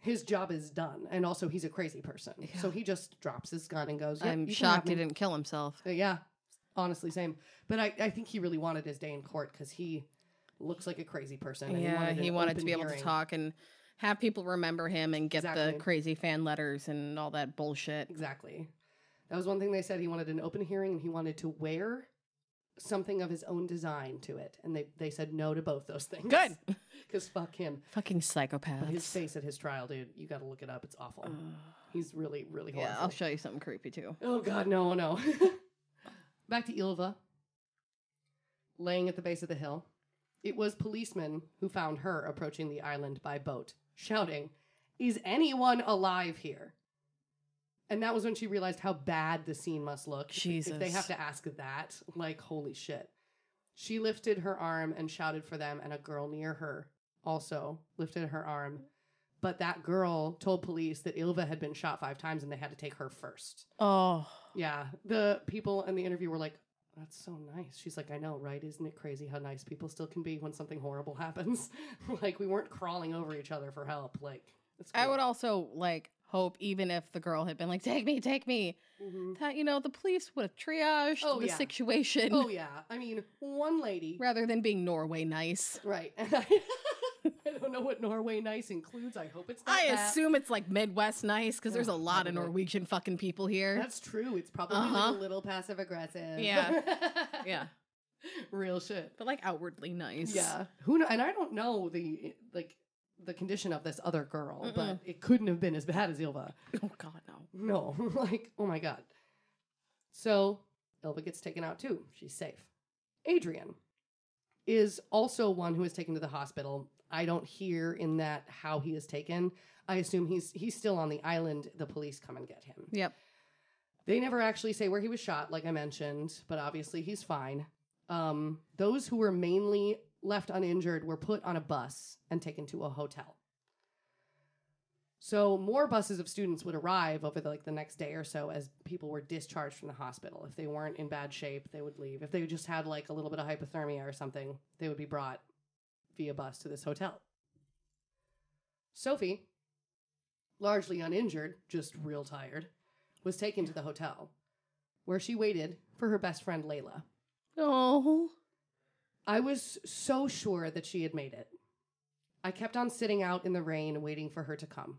His job is done, and also he's a crazy person. So Yeah. he just drops his gun and goes, "Yep, you I'm can shocked have he me." didn't kill himself. Uh, Yeah, honestly, same. But I, I think he really wanted his day in court because he looks like a crazy person. and yeah, an he wanted to open be able to hearing. talk and have people remember him and get the Exactly. crazy fan letters and all that bullshit. Exactly. That was one thing they said. He wanted an open hearing and he wanted to wear something of his own design to it. And they, they said no to both those [LAUGHS] things. Good. Because fuck him. Fucking But his psychopaths. face at his trial, dude, you got to look it up. It's awful. Ugh. He's really, really horrible. Uh, yeah, I'll show you something creepy too. Oh God, no, no. [LAUGHS] Back to Ilva, laying at the base of the hill. It was policemen who found her approaching the island by boat, shouting, "Is anyone alive here?" And that was when she realized how bad the scene must look. if- if they Jesus. have to ask that, like holy shit. She lifted her arm and shouted for them, and a girl near her also lifted her arm. But that girl told police that Ilva had been shot five times and they had to take her first. Oh, Yeah. The people in the interview were like, that's so nice. She's like, I know, right? Isn't it crazy how nice people still can be when something horrible [LAUGHS] happens? like, we weren't crawling over each other for help. Like, it's I cool. would also like hope even if the girl had been like, "Take me, take me," Mhm. that you know the police would have triaged Oh, the yeah. situation Oh, yeah. I mean, one lady. [LAUGHS] rather than being Norway nice. Right. [LAUGHS] And I, I don't know what Norway nice includes. I hope it's not. I that. assume it's like Midwest nice because there's a Ugh, lot of probably. Norwegian fucking people here. That's true. It's probably like, Uh-huh. a little passive aggressive. [LAUGHS] Yeah. [LAUGHS] yeah, Real shit. but like outwardly nice. Yeah. Who know? And I don't know the like the condition of this other girl, but Mm-mm. it couldn't have been as bad as Ilva. [LAUGHS] Oh God, no. No, [LAUGHS] like oh my god. So Ilva gets taken out too. She's safe. Adrian is also one who is taken to the hospital. I don't hear in that how he is taken. I assume he's he's still on the island. The police come and get him. Yep. They never actually say where he was shot, like I mentioned, but obviously he's fine. Um, those who were mainly left uninjured were put on a bus and taken to a hotel. So more buses of students would arrive over the, like the next day or so as people were discharged from the hospital. If they weren't in bad shape, they would leave. If they just had like a little bit of hypothermia or something, they would be brought via bus to this hotel. Sophie, largely uninjured, just real tired, was taken to the hotel where she waited for her best friend Layla. Oh, I was so sure that she had made it. I kept on sitting out in the rain waiting for her to come.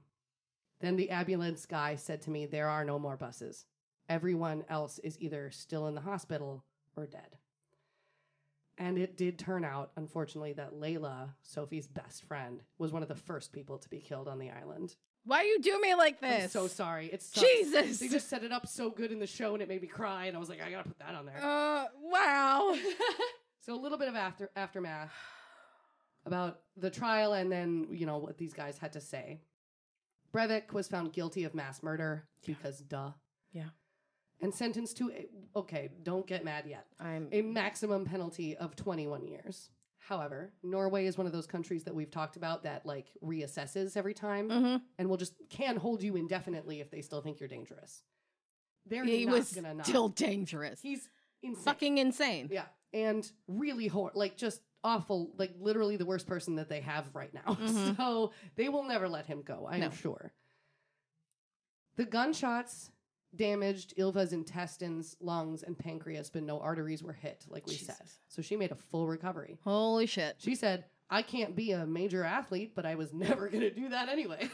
Then the ambulance guy said to me, There are no more buses. Everyone else is either still in the hospital or dead. And it did turn out, unfortunately, that Layla, Sophie's best friend, was one of the first people to be killed on the island. why you do me like this? I'm so sorry. It's Jesus. They just set it up so good in the show, and it made me cry. And I was like, I gotta put that on there. Uh, [LAUGHS] wow. so a little bit of after aftermath about the trial and then you know what these guys had to say breivik was found guilty of mass murder because duh Yeah. and sentenced to a, okay don't get mad yet [SIGHS] I'm. a maximum penalty of 21 years however norway is one of those countries that we've talked about that like reassesses every time Mhm. and will just can hold you indefinitely if they still think you're dangerous they're He not was gonna not. still dangerous. he's insane. fucking insane. Yeah. And really hor like just awful, like literally the worst person that they have right now. [LAUGHS] Mhm. So they will never let him go, I No. am sure. The gunshots damaged Ilva's intestines, lungs, and pancreas, but no arteries were hit, like we said. Jesus. So she made a full recovery. Holy shit. She said, I can't be a major athlete, but I was never going to do that anyway. [LAUGHS] that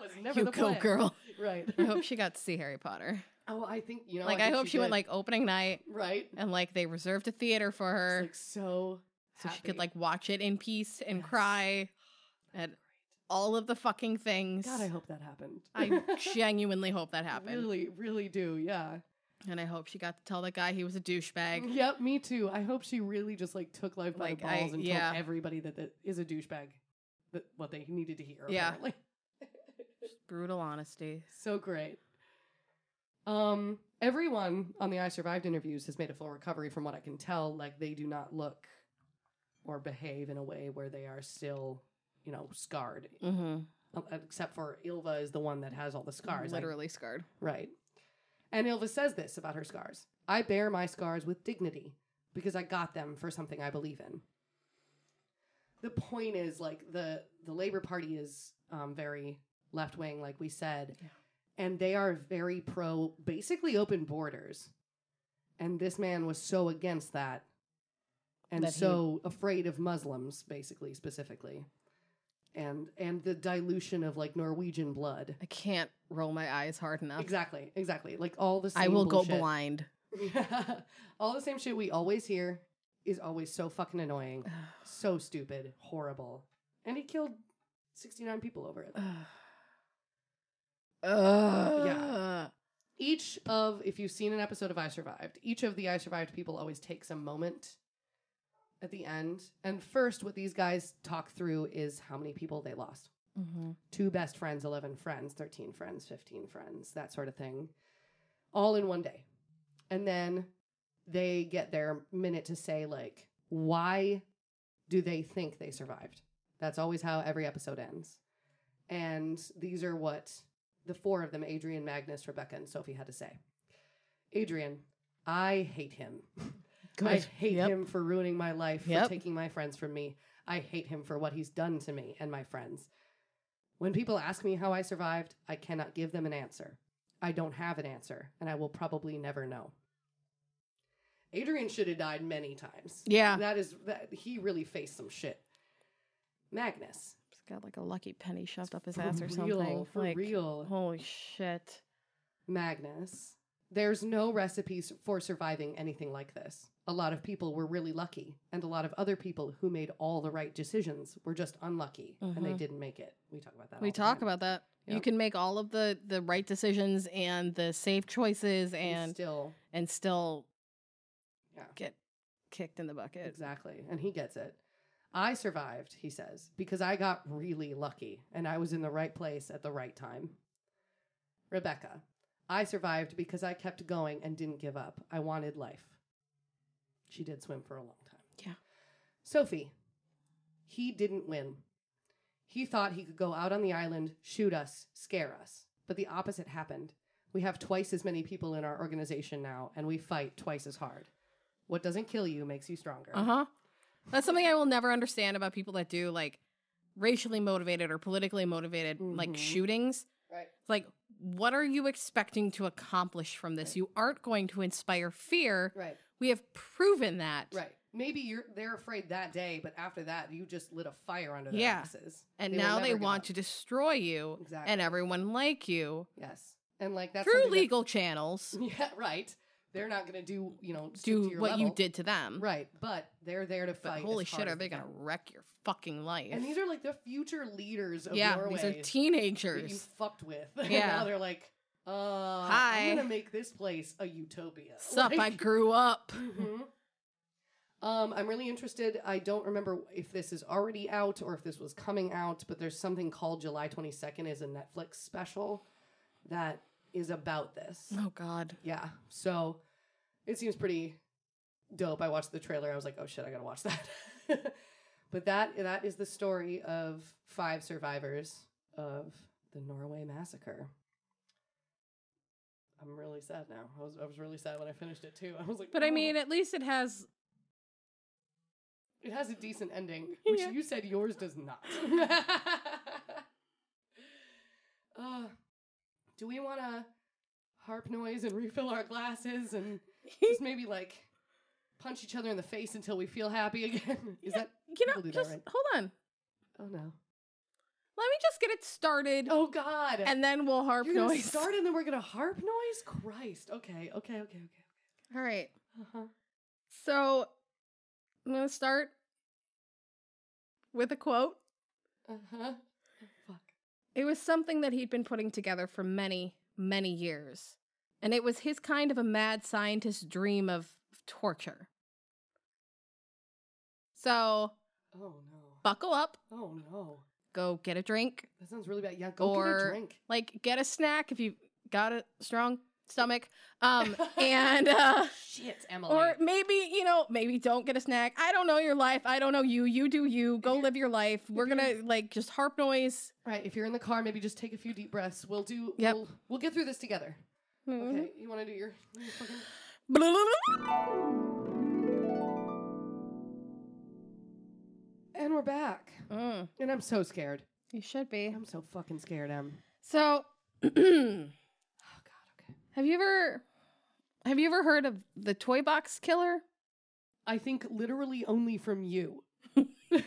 was never you the go, plan. [LAUGHS] girl. [LAUGHS] Right. I hope she got to see [LAUGHS] Harry Potter. Oh, I think, you know. like, I, think hope she went did. like opening night Right? and like they reserved a theater for It's, her like so. so she could happy. like watch it in peace and Yes. [SIGHS] cry at all of the fucking things. God, I hope that happened. I [LAUGHS] [LAUGHS] genuinely hope that happened. really, really do. Yeah. And I hope she got to tell that guy he was a [LAUGHS] douchebag. Yep, me too. I hope she really just like took life by Like, the balls I- and yeah. told everybody that that is a douchebag that what they needed to hear. Yeah. apparently. [LAUGHS] Brutal honesty. so great. Um, everyone on the I Survived interviews has made a full recovery from what I can tell. Like they do not look or behave in a way where they are still, you know, scarred. Mm-hmm. Um, Except for Ilva is the one that has all the scars. I- Literally scarred. Right. And Ilva says this about her scars I bear my scars with dignity because I got them for something I believe in. The point is, like, the, the Labour Party is um, very left wing, like we said, Yeah. and they are very pro basically open borders. And this man was so against that and That he- so afraid of Muslims, basically, specifically. And and the dilution of like Norwegian blood. I can't roll my eyes hard enough. Exactly, exactly. Like all the same I will go bullshit. [LAUGHS] blind. [SIGHS] [SIGHS] all the same shit we always hear is always so fucking annoying, so stupid, horrible. And he killed 69 people [SIGHS] over it. Ugh. Each of, if you've seen an episode of I Survived, each of the I Survived people always takes a moment at the end. And first, what these guys talk through is how many people they lost. Mhm. two best friends, 11 friends, 13 friends, 15 friends, that sort of thing, all in one day. And then they get their minute to say, like, why do they think they survived? That's always how every episode ends. And these are what the four of them Adrian, Magnus, Rebecca, and Sophie had to say. Adrian, I hate him. I hate Yep. him for ruining my life, Yep. for taking my friends from me. I hate him for what he's done to me and my friends. When people ask me how I survived, I cannot give them an answer. I don't have an answer, and I will probably never know. Adrian should have died many times. Yeah. That is that he really faced some shit. Magnus. He's got like a lucky penny shoved up his for ass or something. real, For like, real. Holy shit. Magnus, there's no recipes for surviving anything like this. A lot of people were really lucky, and a lot of other people who made all the right decisions were just unlucky and they Mhm. didn't make it. We talk about that. We all the talk time. about that. You Oh, Yep. can make all of the the right decisions and the safe choices and still and still Yeah. get kicked in the bucket. exactly, and he gets it. I survived, he says, because I got really lucky and I was in the right place at the right time. Rebecca, I survived because I kept going and didn't give up. I wanted life. She did swim for a long time. Yeah. Sophie, he didn't win. He thought he could go out on the island, shoot us, scare us. But the opposite happened. We have twice as many people in our organization now, and we fight twice as hard. What doesn't kill you makes you stronger. Uh huh. That's something I will never understand about people that do like racially motivated or politically motivated like Mhm. shootings. Right. It's like, what are you expecting to accomplish from this? You aren't going to inspire fear. Right. We have proven that. Right. Maybe you're they're afraid that day, but after that you just lit a fire under their Yeah. asses. And They will now never they give want up. to destroy you Exactly. and uh, everyone like you Yes. And like that's through something that- legal channels. [LAUGHS] Yeah, right. They're not gonna do, you know, stick Do to your what you level. did to them. Right. But they're there to But fight. holy as hard shit, are as they going to can. wreck your fucking life? And these are like the future leaders of yeah, Norway. these are that you teenagers. fucked with. [LAUGHS] Yeah. and now they're like, uh, Hi. I'm gonna make this place a utopia. [LAUGHS] Sup, [LAUGHS] I Like- grew up. Mhm. Um, I'm really interested. I don't remember if this is already out or if this was coming out, but there's something called July 22nd is a Netflix special that is about this. Oh, God. Yeah. So it seems pretty dope. I watched the trailer. I was like, oh shit, I gotta watch that. [LAUGHS] but that that is the story of five survivors of the Norway massacre. I'm really sad now. I was I was really sad when I finished it too. I was like, But I "Oh." mean, at least it has [LAUGHS] it has a decent [LAUGHS] ending, which Yeah. you said yours does [LAUGHS] not. [LAUGHS] uh, do we want to harp noise and refill our glasses and just maybe like punch each other in the face until we feel happy again? [LAUGHS] Is that? You know, People do that, just right? hold on. Oh no! Let me just get it started, Oh god! and then we'll harp You're gonna noise. start and then we're gonna harp noise. Christ. Okay. Okay. Okay. Okay. [LAUGHS] All right. Uh-huh. So I'm gonna start with a quote. Uh-huh. Oh, fuck. It was something that he'd been putting together for many, many years, and it was his kind of a mad scientist's dream of torture. So Oh no. buckle up, Oh no. go get a drink, That sounds really bad. Yeah. Go get Or- a drink. like get a snack if you got it strong stomach. Um, and uh, Shit, Emily. or maybe you know, maybe don't get a snack. I don't know your life. I don't know you. You do you. Go live your life. We're gonna like just harp noise. right, if you're in the car, maybe just take a few deep breaths. We'll do. Yep. We'll, we'll get through this together. Mm-hmm. Okay, you want to do your, your fucking- And we're back. Mm, And I'm so scared. you should be. I'm so fucking scared, Em. So, [CLEARS THROAT] have Oh God. Okay. you ever have you ever heard of the toy box [LAUGHS] killer? I think literally only from you. Uh-huh.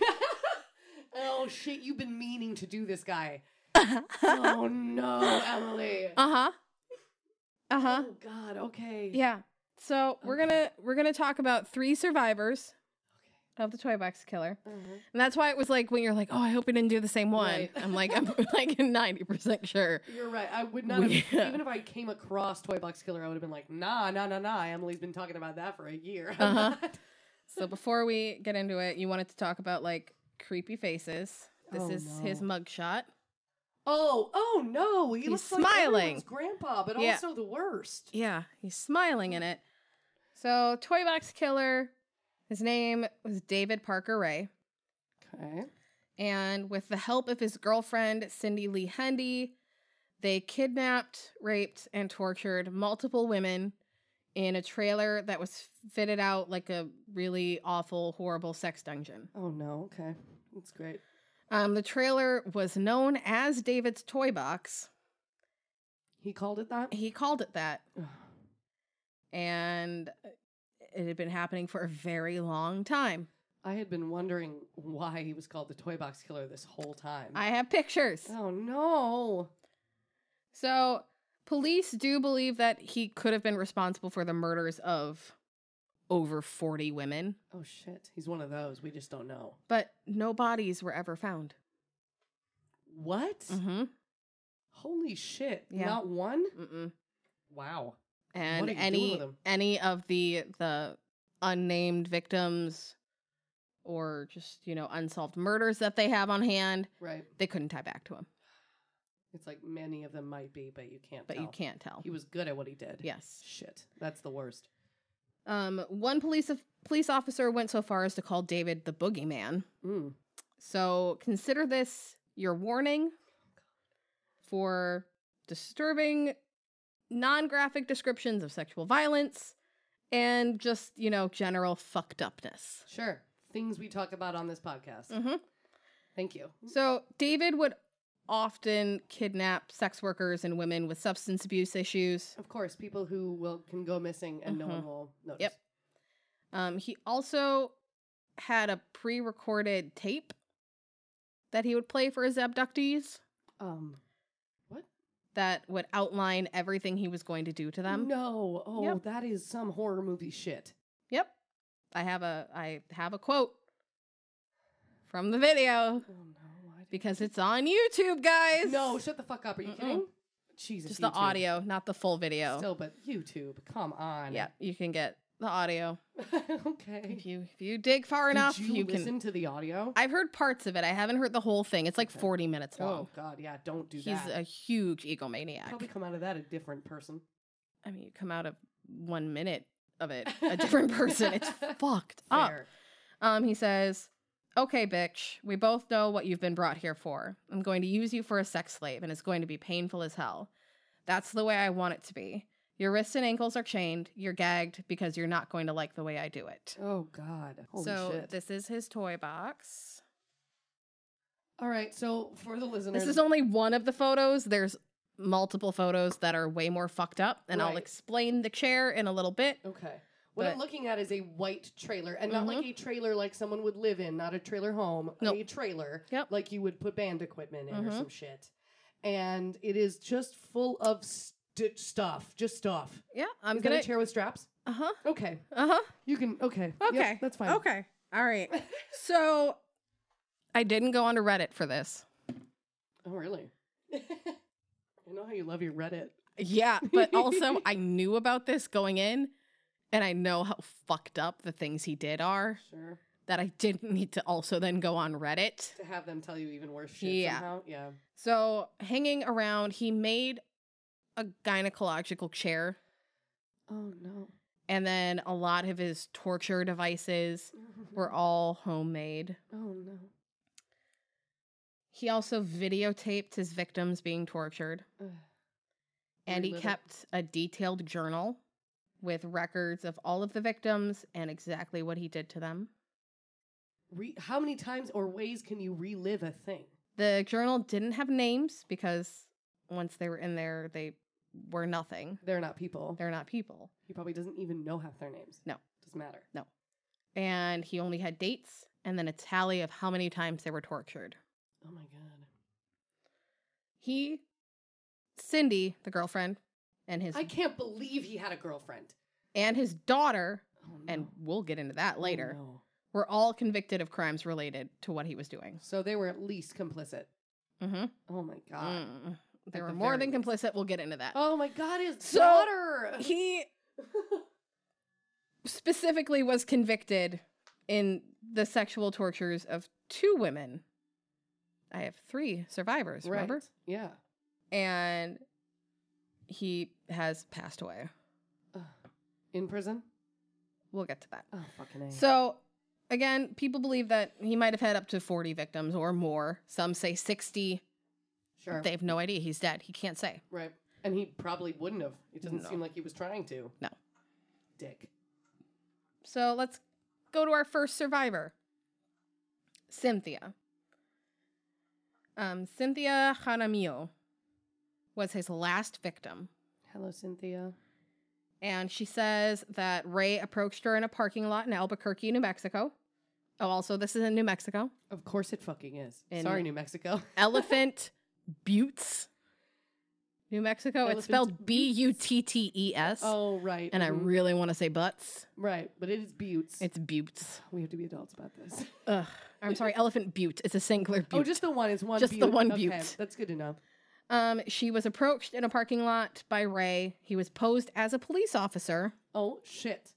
oh shit! You've been meaning to do this [LAUGHS] guy. oh no, Emily. Uh huh. Uh huh. Oh God. Okay. Yeah. So we're gonna we're gonna talk about three survivors of the toy box killer, Okay. Uh-huh. and that's why it was like when you're like, oh, I hope we didn't do the same one. Right. I'm like, I'm [LAUGHS] like ninety percent sure. You're right. I would not have, We- [LAUGHS] even if I came across Toy Box Killer, I would have been like, nah, nah, nah, nah. Emily's been talking about that for a year. I'm Uh-huh. not- So before we get into it, you wanted to talk about like creepy faces. This Oh, is his no. mugshot. Oh, oh no. He He's looks like smiling. everyone's grandpa, but Yeah. also the worst. Yeah, he's smiling in it. So toy box killer. His name was David Parker Ray. Okay. and with the help of his girlfriend Cindy Lee Hendy, they kidnapped, raped, and tortured multiple women in a trailer that was fitted out like a really awful, horrible sex dungeon. Oh no. Okay. That's great. Um, the trailer was known as David's Toy Box. He called it that? He called it that, and it had been happening for a very long time. I had been wondering why he was called the Toy Box Killer this whole time. I have pictures. oh no. So, police do believe that he could have been responsible for the murders of over 40 women, Oh shit. He's one of those. We just don't know. but no bodies were ever found. What? Mm-hmm. Holy shit. Yeah. Not one? Mm-mm. Wow. And are you doing any with 'em? any of the the unnamed victims or just, you know, unsolved murders that they have on hand, Right. they couldn't tie back to him. It's like many of them might be, but you can't But tell. you can't tell. Oh. He was good at what he did. yes. Shit. That's the worst. Um, one police of, police officer went so far as to call David the boogeyman. Mm. So consider this your warning for disturbing non graphic descriptions of sexual violence and just, you know, general fucked upness. Sure. Things we talk about on this podcast. Mhm. Thank you. So David would often kidnap sex workers and women with substance abuse issues. Of course, people who will can go missing and no one will notice. Mm-hmm. Yep. Um, he also had a pre recorded tape that he would play for his abductees Um. What? that would outline everything he was going to do to them. no. Oh, Yep. that is some horror movie shit. Yep. I have a I have a quote from the video Oh no. Why did because it's on YouTube, guys. no, shut the fuck up. Are you Mm-mm. kidding? Jesus. just the YouTube. audio, not the full video. Still, but YouTube. Come on. yeah, you can get the audio [LAUGHS] okay. if you if you dig far Did enough. you, You, listen can. to the audio? I've heard parts of it. I haven't heard the whole thing. It's like Okay. forty minutes long. oh God, yeah. Don't do He's that. a huge egomaniac. Probably come out of that a different person. I mean, you come out of one minute of it [LAUGHS] a different person. It's fucked up. Fair. Um, he says, Okay, bitch, we both know what you've been brought here for. I'm going to use you for a sex slave, and it's going to be painful as hell. That's the way I want it to be. Your wrists and ankles are chained. You're gagged because you're not going to like the way I do it. Oh God. Holy so, shit. this is his toy box. All right. So for the listeners, This is only one of the photos. There's multiple photos that are way more fucked up, and I'll Right. explain the chair in a little bit. okay. What I'm But- Mm-hmm. looking at is a white trailer, and not like a trailer like someone would live in, not a trailer home, Nope. a trailer Yep. like you would put band equipment in or Mhm. some shit. And it is just full of st- stuff, just stuff. Yeah, I'm is gonna. that a chair with straps? Uh huh. Okay, Uh huh. you can. Okay, Yep, Okay. that's fine. Okay. All right. so I didn't go onto Reddit for this. Oh really? I know how you love your Reddit. Yeah, but also I knew about this going in and I know how fucked up the things he did are Sure. that I didn't need to also then go on Reddit. To have them tell you even worse shit Yeah. somehow. Yeah. So, hanging around, he made a gynecological chair Oh no. [LAUGHS] and then a lot of his torture devices were all homemade. Oh no. He also videotaped his victims being tortured, Ugh. and he Reliving. kept a detailed journal with records of all of the victims and exactly what he did to them. Re- how many times or ways can you relive a thing? The journal didn't have names because once they were in there, they were nothing. They're not people. They're not people. he probably doesn't even know half their names. No. Doesn't matter. And he only had dates and then a tally of how many times they were tortured. Oh my god. He, Cindy, the girlfriend, and his I can't believe he had a girlfriend. and his daughter, Oh, no. and we'll get into that Oh, later, no. were all convicted of crimes related to what he was doing. So they were at least complicit. Mm-hmm. Oh my god. Mm. They At were the more very than complicit. We'll get into that. Oh my god, his So- daughter. He specifically was convicted in the sexual tortures of two women. I have three survivors, remember? [LAUGHS] Yeah. And he has passed away. Ugh. In prison? We'll get to that. Oh fucking A. So, again, people believe that he might have had up to 40 victims or more. Some say 60. sure. They have no idea. He's dead. He can't say. right. And he probably wouldn't have. It doesn't No. seem like he was trying to. No. Dick. So let's go to our first survivor, Cynthia. Um, Cynthia Jaramillo was his last victim. Hello, Cynthia. And she says that Ray approached her in a parking lot in Albuquerque, New Mexico. Oh, also, this is in New [LAUGHS] Mexico. Of course it fucking is. In- Sorry, New [LAUGHS] Mexico. Elephant Buttes, New Mexico. Elephant it's spelled B U T T E S. Oh right. And I mhm. really want to say butts. Right, but it is buttes. It's Buttes. we have to be adults about [LAUGHS] this. Ugh. I'm sorry, Elephant Butte. It's a singular butte. Oh, just the one. It's one. Just the butte. one Okay, butte. That's good to know. Um, she was approached in a parking lot by Ray. He was posed as a police officer. Oh shit!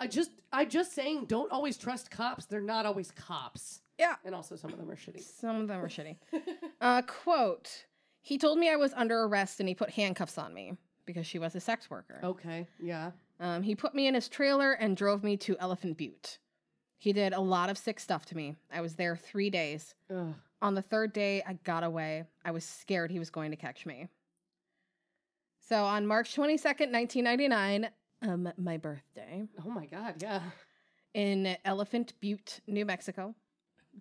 I just, I just saying, don't always trust cops. They're not always cops. Yeah. And also, some of them are shitty. Some of them are shitty. Uh, quote: He told me I was under arrest, and he put handcuffs on me because she was a sex worker. Okay. Yeah. Um, he put me in his trailer and drove me to Elephant Butte. He did a lot of sick stuff to me. I was there three days. Ugh. On the third day, I got away. I was scared he was going to catch me. So on March twenty second, nineteen ninety nine, um, my birthday. Oh my god. Yeah. in Elephant Butte, New Mexico.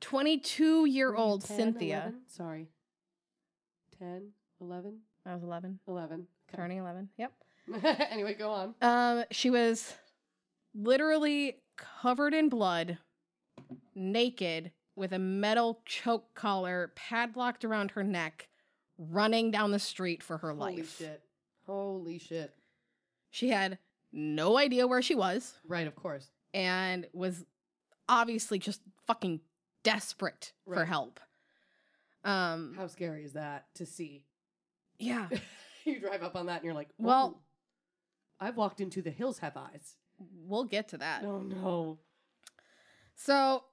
22 year old 10, Cynthia. 11? Sorry. 10, 11, I was 11, 11. Okay. turning 11. Yep. [LAUGHS] anyway, go on. Um, she was literally covered in blood, naked, with a metal choke collar padlocked around her neck, running down the street for her Holy life. shit. Holy shit. She had no idea where she was Right. Of course. and was obviously just fucking desperate for Right. help. Um, How scary is that to see? [LAUGHS] yeah. you drive up on that and you're like, Well- "Whoa, I've walked into the hills have eyes. We'll get to that. No, no. So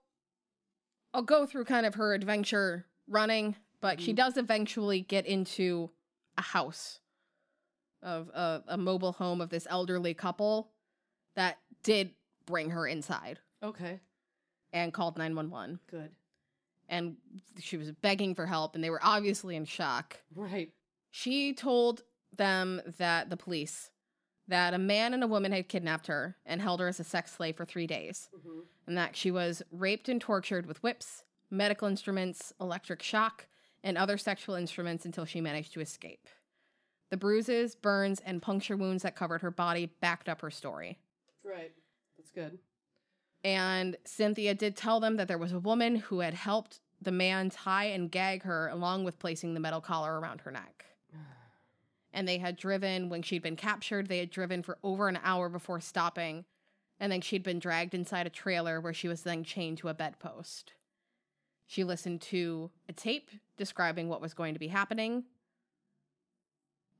I'll go through kind of her adventure running, but she Mhm. does eventually get into a house of a, a mobile home of this elderly couple that did bring her inside Okay, and called 911 good. and she was begging for help and they were obviously in shock. Right. She told them that the police that a man and a woman had kidnapped her and held her as a sex slave for 3 days. Mm-hmm. and that she was raped and tortured with whips, medical instruments, electric shock, and other sexual instruments until she managed to escape. The bruises, burns, and puncture wounds that covered her body backed up her story. Right. That's good. [SIGHS] And Cynthia did tell them that there was a woman who had helped the man tie and gag her, along with placing the metal collar around her neck. And they had driven, when she'd been captured, they had driven for over an hour before stopping. And then she'd been dragged inside a trailer where she was then chained to a bedpost. She listened to a tape describing what was going to be happening.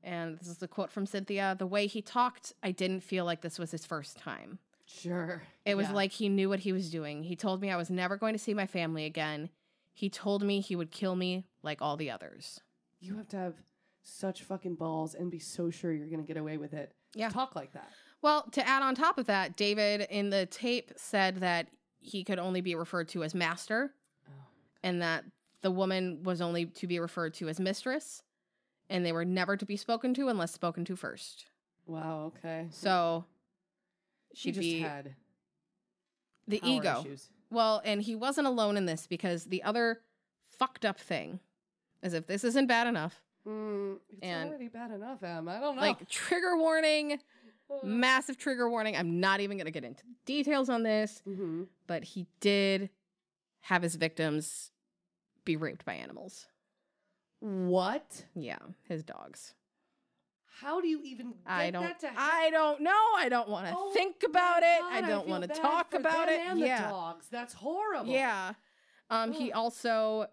And this is a quote from Cynthia The way he talked, I didn't feel like this was his first time. Sure. It was Yeah. like he knew what he was doing. He told me I was never going to see my family again. He told me he would kill me like all the others. you have to have such fucking balls and be so sure you're going to get away with it. Yeah. Talk like that. Well, to add on top of that, David in the tape said that he could only be referred to as master Oh, and that the woman was only to be referred to as mistress and they were never to be spoken to unless spoken to first. Wow. Okay. So She she'd just be had the power ego. Issues. Well, and he wasn't alone in this because the other fucked up thing, as if this isn't bad enough, Mm, it's And- already bad enough, Em. I don't know. [LAUGHS] like trigger warning, Uh, massive trigger warning. I'm not even going to get into details on this, mhm. but he did have his victims be raped by animals. What? Yeah, his dogs. How do you even get I don't. that to happen? I don't know. I don't want to Oh think about it. I God, don't feel want to bad talk for about them it. and the yeah. dogs. That's horrible. Yeah. Um, he Ugh. also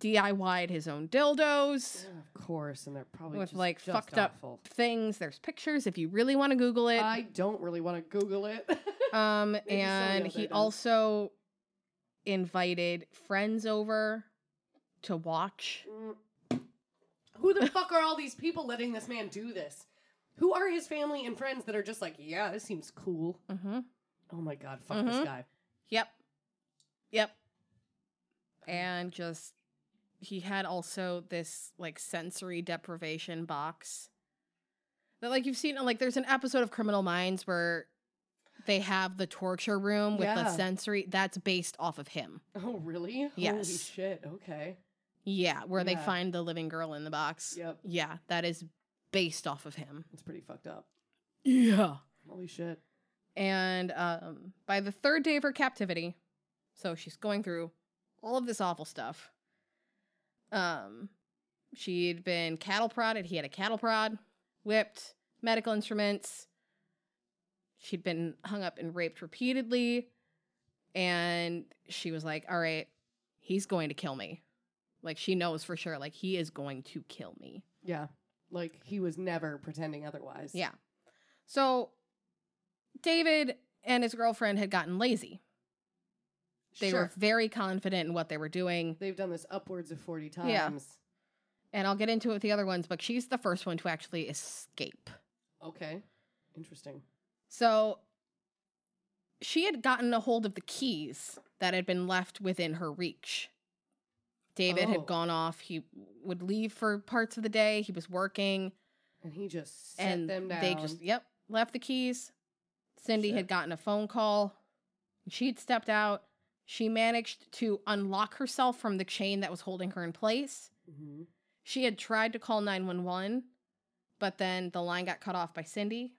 DIY'd his own dildos, Yeah, Of course, and they're probably With, just, like, just fucked up awful. things. There's pictures if you really want to Google it. I don't really want to Google it. [LAUGHS] um, maybe somebody and else he does. also invited friends over to watch. Mm. Who the fuck are all these people letting this man do this? Who are his family and friends that are just like, yeah, this seems cool. Mm-hmm. Oh my god, fuck this Mhm. guy. Yep. Yep. And just he had also this like sensory deprivation box that like you've seen like there's an episode of Criminal Minds where they have the torture room with the Yeah. sensory that's based off of him. [LAUGHS] Oh really? Holy Yes. shit. Okay. Yeah, where they Yeah. find the living girl in the box. Yep. Yeah, that is based off of him. It's pretty fucked up. Yeah. Holy shit. And um, by the third day of her captivity, so she's going through all of this awful stuff. Um, she'd been cattle prodded. He had a cattle prod, whipped, medical instruments. She'd been hung up and raped repeatedly. And she was like, all right, he's going to kill me. Like, she knows for sure, like, he is going to kill me. Yeah. Like he was never pretending otherwise. Yeah. So David and his girlfriend had gotten lazy. They Sure. were very confident in what they were doing. They've done this upwards of 40 times. Yeah. And I'll get into it with the other ones, but she's the first one to actually escape. Okay. Interesting. So she had gotten a hold of the keys that had been left within her reach. David Oh. had gone off. He would leave for parts of the day. He was working. And he just set and them down. they just yep left the keys cindy Shit. had gotten a phone call she'd stepped out she managed to unlock herself from the chain that was holding her in place hmm she had tried to call 911 but then the line got cut off by cindy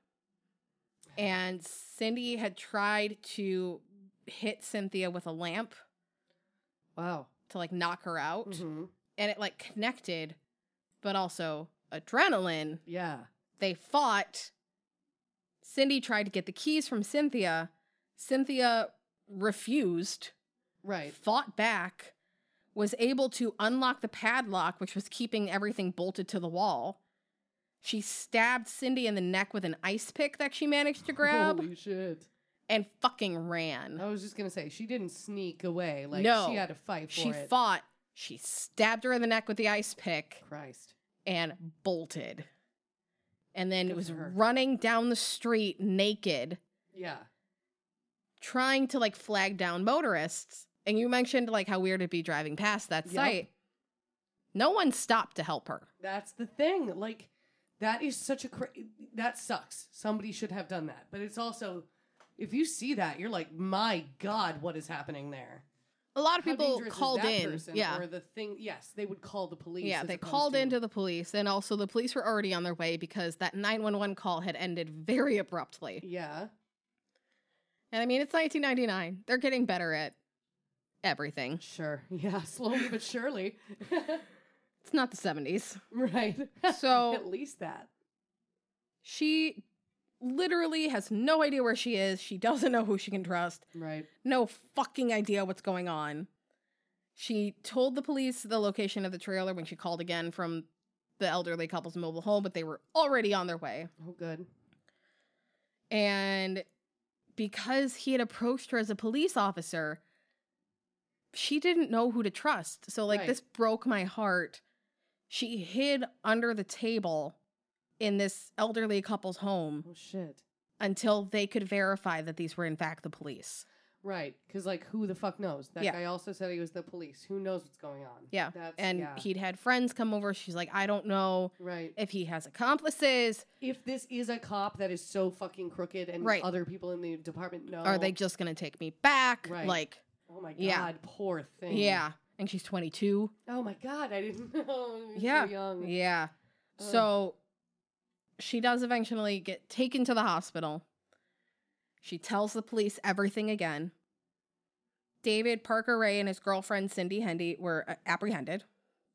and cindy had tried to hit cynthia with a lamp Wow. to like knock her out hmm and it like connected but also adrenaline Yeah. they fought. Cindy tried to get the keys from Cynthia. Cynthia refused, Right. fought back, was able to unlock the padlock, which was keeping everything bolted to the wall. She stabbed Cindy in the neck with an ice pick that she managed to grab Holy Oh, shit. and fucking ran. I was just gonna say she didn't sneak away. Like No. she had to fight for She it. fought. She stabbed her in the neck with the ice pick. Christ. and bolted. And then Good it was for her. running down the street naked, Yeah. trying to like flag down motorists. And you mentioned like how weird it'd be driving past that Yep. site. No one stopped to help her. That's the thing. Like that is such a cra- that sucks. Somebody should have done that. But it's also if you see that, you're like, my God, what is happening there? A lot of How people dangerous is called that in. person Yeah. Or the thing. Yes, they would call the police. Yeah, as they opposed called to- in to the police and also the police were already on their way because that 911 call had ended very abruptly. Yeah. And I mean, it's 1999. They're getting better at everything. Sure. [LAUGHS] Yeah. Slowly but surely. [LAUGHS] It's not the 70s. right. [LAUGHS] So At least that. She literally has no idea where she is. She doesn't know who she can trust. Right. No fucking idea what's going on. She told the police the location of the trailer when she called again from the elderly couple's mobile home, but they were already on their way. Oh, good. And because he had approached her as a police officer, she didn't know who to trust. So, like, Right. this broke my heart She hid under the table in this elderly couple's home Oh shit. until they could verify that these were in fact the police. Right, because like who the fuck knows? That Yeah. guy also said he was the police. Who knows what's going on? Yeah, That's, And yeah. he'd had friends come over. She's like, I don't know right. if he has accomplices. If this is a cop that is so fucking crooked and Right. other people in the department know, Are they just going to take me back? Oh. Right. Like, Oh my god, Yeah. poor thing. yeah. And she's 22. Oh my god, I didn't [LAUGHS] know. You're so Yeah. young. Yeah. Ugh. So she does eventually get taken to the hospital. She tells the police everything again. David Parker Ray and his girlfriend Cindy Hendy were uh, apprehended.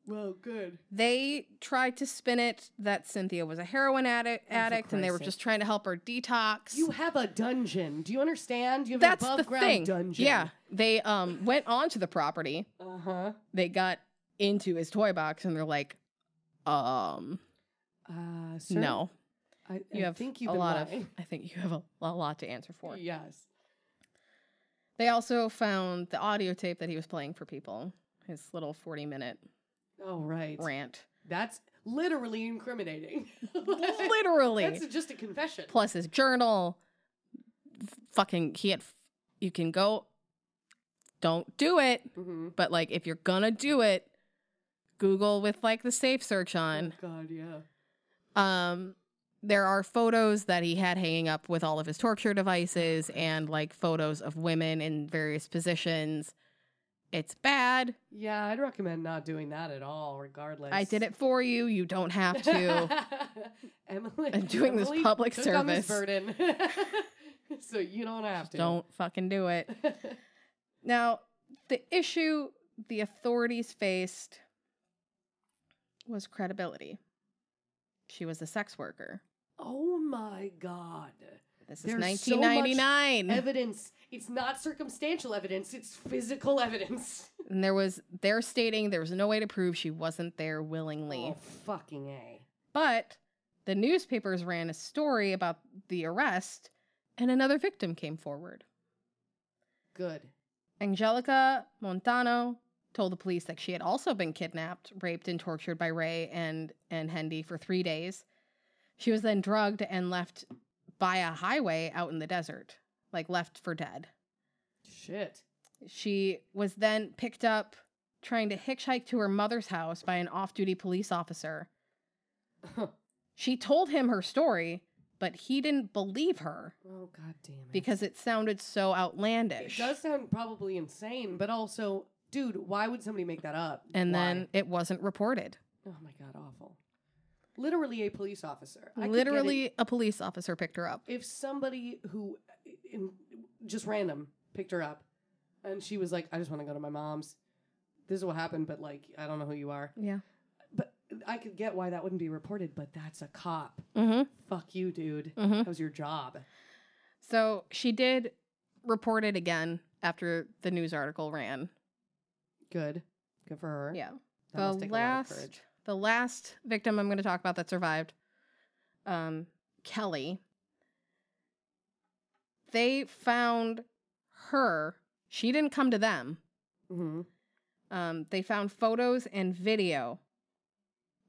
Well, good. They tried to spin it that Cynthia was a heroin addict, Oh, for addict and they Christ's were sake. just trying to help her detox. You have a dungeon. Do you understand? You have That's an above the ground thing. dungeon. Yeah. They um went onto the property. Uh huh. They got into his toy box and they're like um Uh, sir, no. I, you I have think you've a been lot of lying. [LAUGHS] i think you have a, a lot to answer for Yes. they also found the audio tape that he was playing for people his little 40 minute Oh right. rant That's literally incriminating. [LAUGHS] literally [LAUGHS] [LAUGHS] That's just a confession. plus his journal F- fucking he had f- you can go don't do it Mm-hmm. but like if you're gonna do it google with like the safe search Oh, on God, yeah. um there are photos that he had hanging up with all of his torture devices and like photos of women in various positions it's bad Yeah, I'd recommend not doing that at all, regardless. i did it for you you don't have [LAUGHS] to Emily. I'm doing this Emily public took on this service. burden. [LAUGHS] so you don't have to. don't fucking do it now the issue the authorities faced was credibility she was a sex worker [LAUGHS] oh my God. this is There's so much 1999 Evidence. It's not circumstantial evidence, it's physical evidence. and there was they're stating there was no way to prove she wasn't there willingly Oh, fucking A. But the newspapers ran a story about the arrest, and another victim came forward. Good. Angelica Montano told the police that she had also been kidnapped, raped, and tortured by Ray and, and Hendy for three days. She was then drugged and left by a highway out in the desert, like left for dead. Shit. [LAUGHS] She was then picked up trying to hitchhike to her mother's house by an off duty police officer. oh, She told him her story, but he didn't believe her God damn it. because it sounded so it outlandish. does sound probably insane, but also, dude, why would somebody make that up? And Why? then it wasn't reported. Oh my god, awful. Literally a police officer. I could get it Literally, a police officer picked her up. if somebody who in, just random picked her up and she was like, I just want to go to my mom's. This is what happened, but like, I don't know who you are. Yeah. But I could get why that wouldn't be reported, but that's a cop. Mm-hmm. Fuck you, dude. Mm-hmm. That was your job. So she did report it again after the news article ran. Good. Good for her. Yeah. That must the take a lot of last- courage. The last victim I'm going to talk about that survived, um, Kelly. They found her. She didn't come to them. Mhm. Um, they found photos and video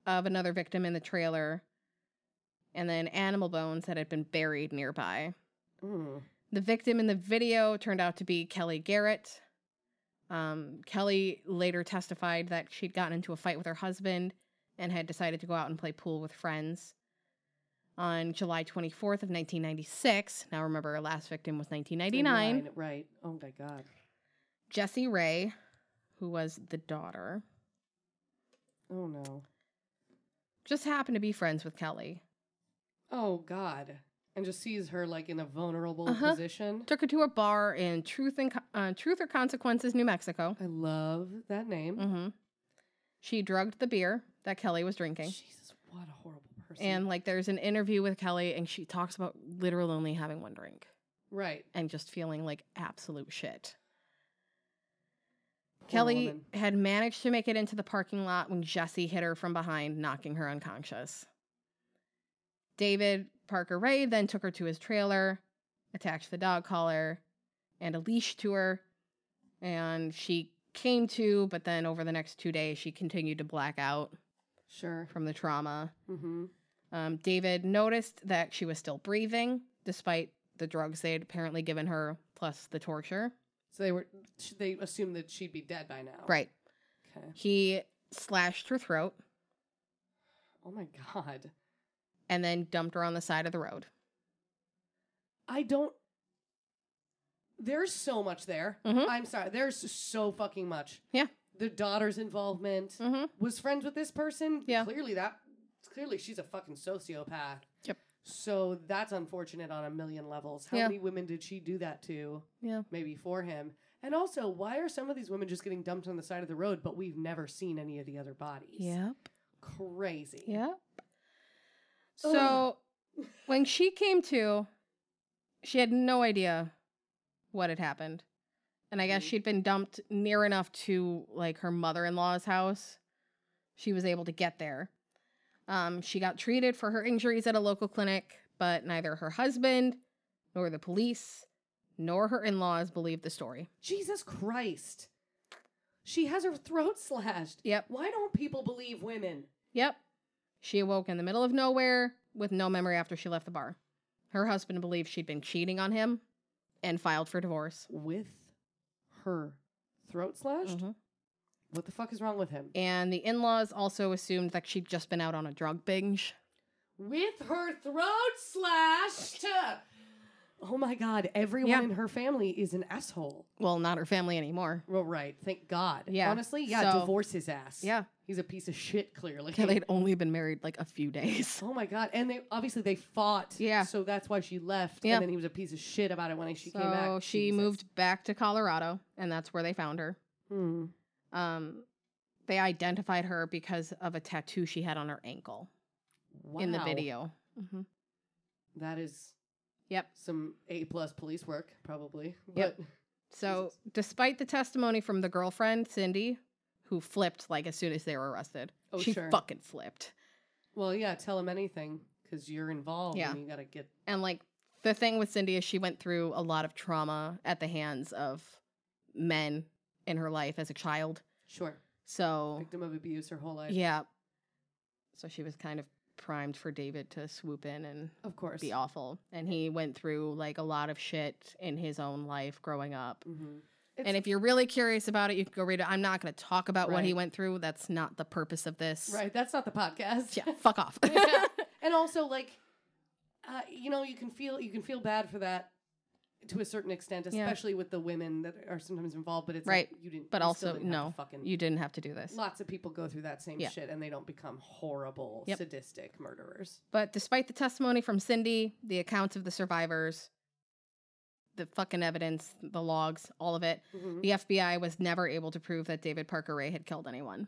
of another victim in the trailer and then animal bones that had been buried nearby. Mm. The victim in the video turned out to be Kelly Garrett. Um, Kelly later testified that she'd gotten into a fight with her husband and had decided to go out and play pool with friends. On July 24th of 1996, now remember our last victim was 1999, 99, Right. Oh my god. Jessie Ray, who was the daughter, Oh no. just happened to be friends with Kelly. Oh god. And just sees her like in a vulnerable Uh-huh. position. Took her to a bar in Truth and Co- uh, Truth or Consequences, New Mexico. I love that name. hmm She drugged the beer that Kelly was drinking, Jesus, what a horrible person. and like there's an interview with Kelly, and she talks about literally only having one drink right. and just feeling like absolute shit. poor Kelly woman. had managed to make it into the parking lot when Jesse hit her from behind, knocking her unconscious. David Parker Ray then took her to his trailer, attached the dog collar and a leash to her, and she came to, but then over the next two days, she continued to black out. Sure. from the trauma. Mm-hmm. Um, David noticed that she was still breathing despite the drugs they had apparently given her, plus the torture. So they were. sh- They assumed that she'd be dead by now. Right. Okay. He slashed her throat Oh my god. and then dumped her on the side of the road. I don't. There's so much there. Mhm. I'm sorry. There's so fucking much. Yeah. The daughter's involvement Mm-hmm. was friends with this person. Yeah. Clearly that. Clearly she's a fucking sociopath. Yep. So that's unfortunate on a million levels. How Yeah. many women did she do that to? Yeah. Maybe for him. And also, why are some of these women just getting dumped on the side of the road, but we've never seen any of the other bodies? Yep. Crazy. Yep. So when she came to, she had no idea what had happened. And I guess Mhm. she'd been dumped near enough to like her mother in law's house. She was able to get there. Um, she got treated for her injuries at a local clinic, but neither her husband nor the police nor her in laws believed the story. Jesus Christ. She has her throat slashed. Yep. Why don't people believe women? Yep. She awoke in the middle of nowhere with no memory after she left the bar. Her husband believed she'd been cheating on him and filed for divorce. With her throat slashed? Mhm. What the fuck is wrong with him? And the in laws also assumed that she'd just been out on a drug binge. With her throat slashed! Oh my god, everyone Yeah. in her family is an asshole. Well, not her family anymore. Well, right. Thank God. Yeah. Honestly, yeah, So- divorce his ass. [LAUGHS] Yeah. He's a piece of shit, clearly. Yeah, They'd only been married like a few days. Oh my god! And they obviously they fought. Yeah. So that's why she left. Yeah. And then he was a piece of shit about it when [LAUGHS] she so came back. she Jesus. moved back to Colorado, and that's where they found her. Hmm. Um, they identified her because of a tattoo she had on her ankle in the Wow. video. hmm That is. Yep. Some A plus police work probably. Yep. But So, Jesus. despite the testimony from the girlfriend, Cindy, who flipped like as soon as they were arrested, Oh, she sure. fucking flipped. well, yeah. Tell him anything because you're involved. Yeah. And you gotta get. And like the thing with Cindy is she went through a lot of trauma at the hands of men in her life as a child. Sure. So, Victim of abuse her whole life. yeah. So she was kind of primed for David to swoop in and Of course. be awful. And he went through like a lot of shit in his own life growing up. Mhm. and if you're really curious about it, you can go read it. I'm not going to talk about what he Right. went through. That's not the purpose of this. Right. That's not the podcast. Yeah, fuck off. [LAUGHS] Yeah. and also like uh, you know you can feel you can feel bad for that to a certain extent Yeah. especially with the women that are sometimes involved but it's Right. like you didn't But you also, still didn't have to no, fucking [LAUGHS] you didn't have to do this. lots of people go through that same Yeah. shit and they don't become horrible Yep. sadistic murderers But despite the testimony from Cindy, the accounts of the survivors, the fucking evidence, the logs, all of it, the FBI was never able to prove that David Parker Ray had killed anyone.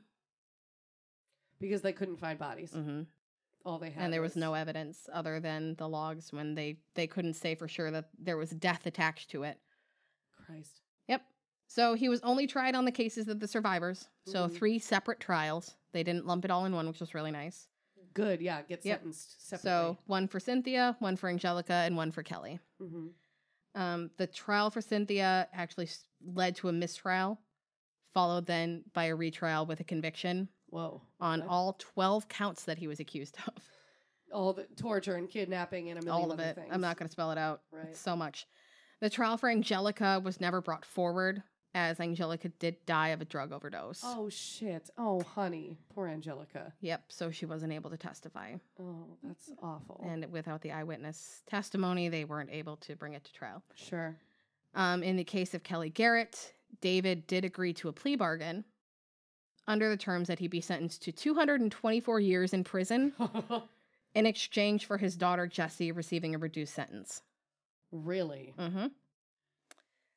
because they couldn't find bodies hmm all they had And there was no evidence other than the logs when they, they couldn't say for sure that there was death attached to it. christ Yep. So he was only tried on the cases of the survivors. So Mhm. three separate trials. They didn't lump it all in one, which was really nice. good yeah get Yep. sentenced So separately one for Cynthia, one for Angelica, and one for Kelly. hmm Um, the trial for Cynthia actually s- led to a mistrial, followed then by a retrial with a conviction whoa on Okay. all 12 counts that he was accused [LAUGHS] of. all the torture and kidnapping and a million all of other it. things. I'm not going to spell it out. Right. It's so much. The trial for Angelica was never brought forward as Angelica did die of a drug overdose. oh shit oh honey poor angelica Yep, so she wasn't able to testify. oh that's awful And without the eyewitness testimony, they weren't able to bring it to trial. [LAUGHS] sure Um, in the case of Kelly Garrett, David did agree to a plea bargain under the terms that he be sentenced to 224 years in prison in exchange for his daughter Jessie receiving a reduced sentence. really? hmm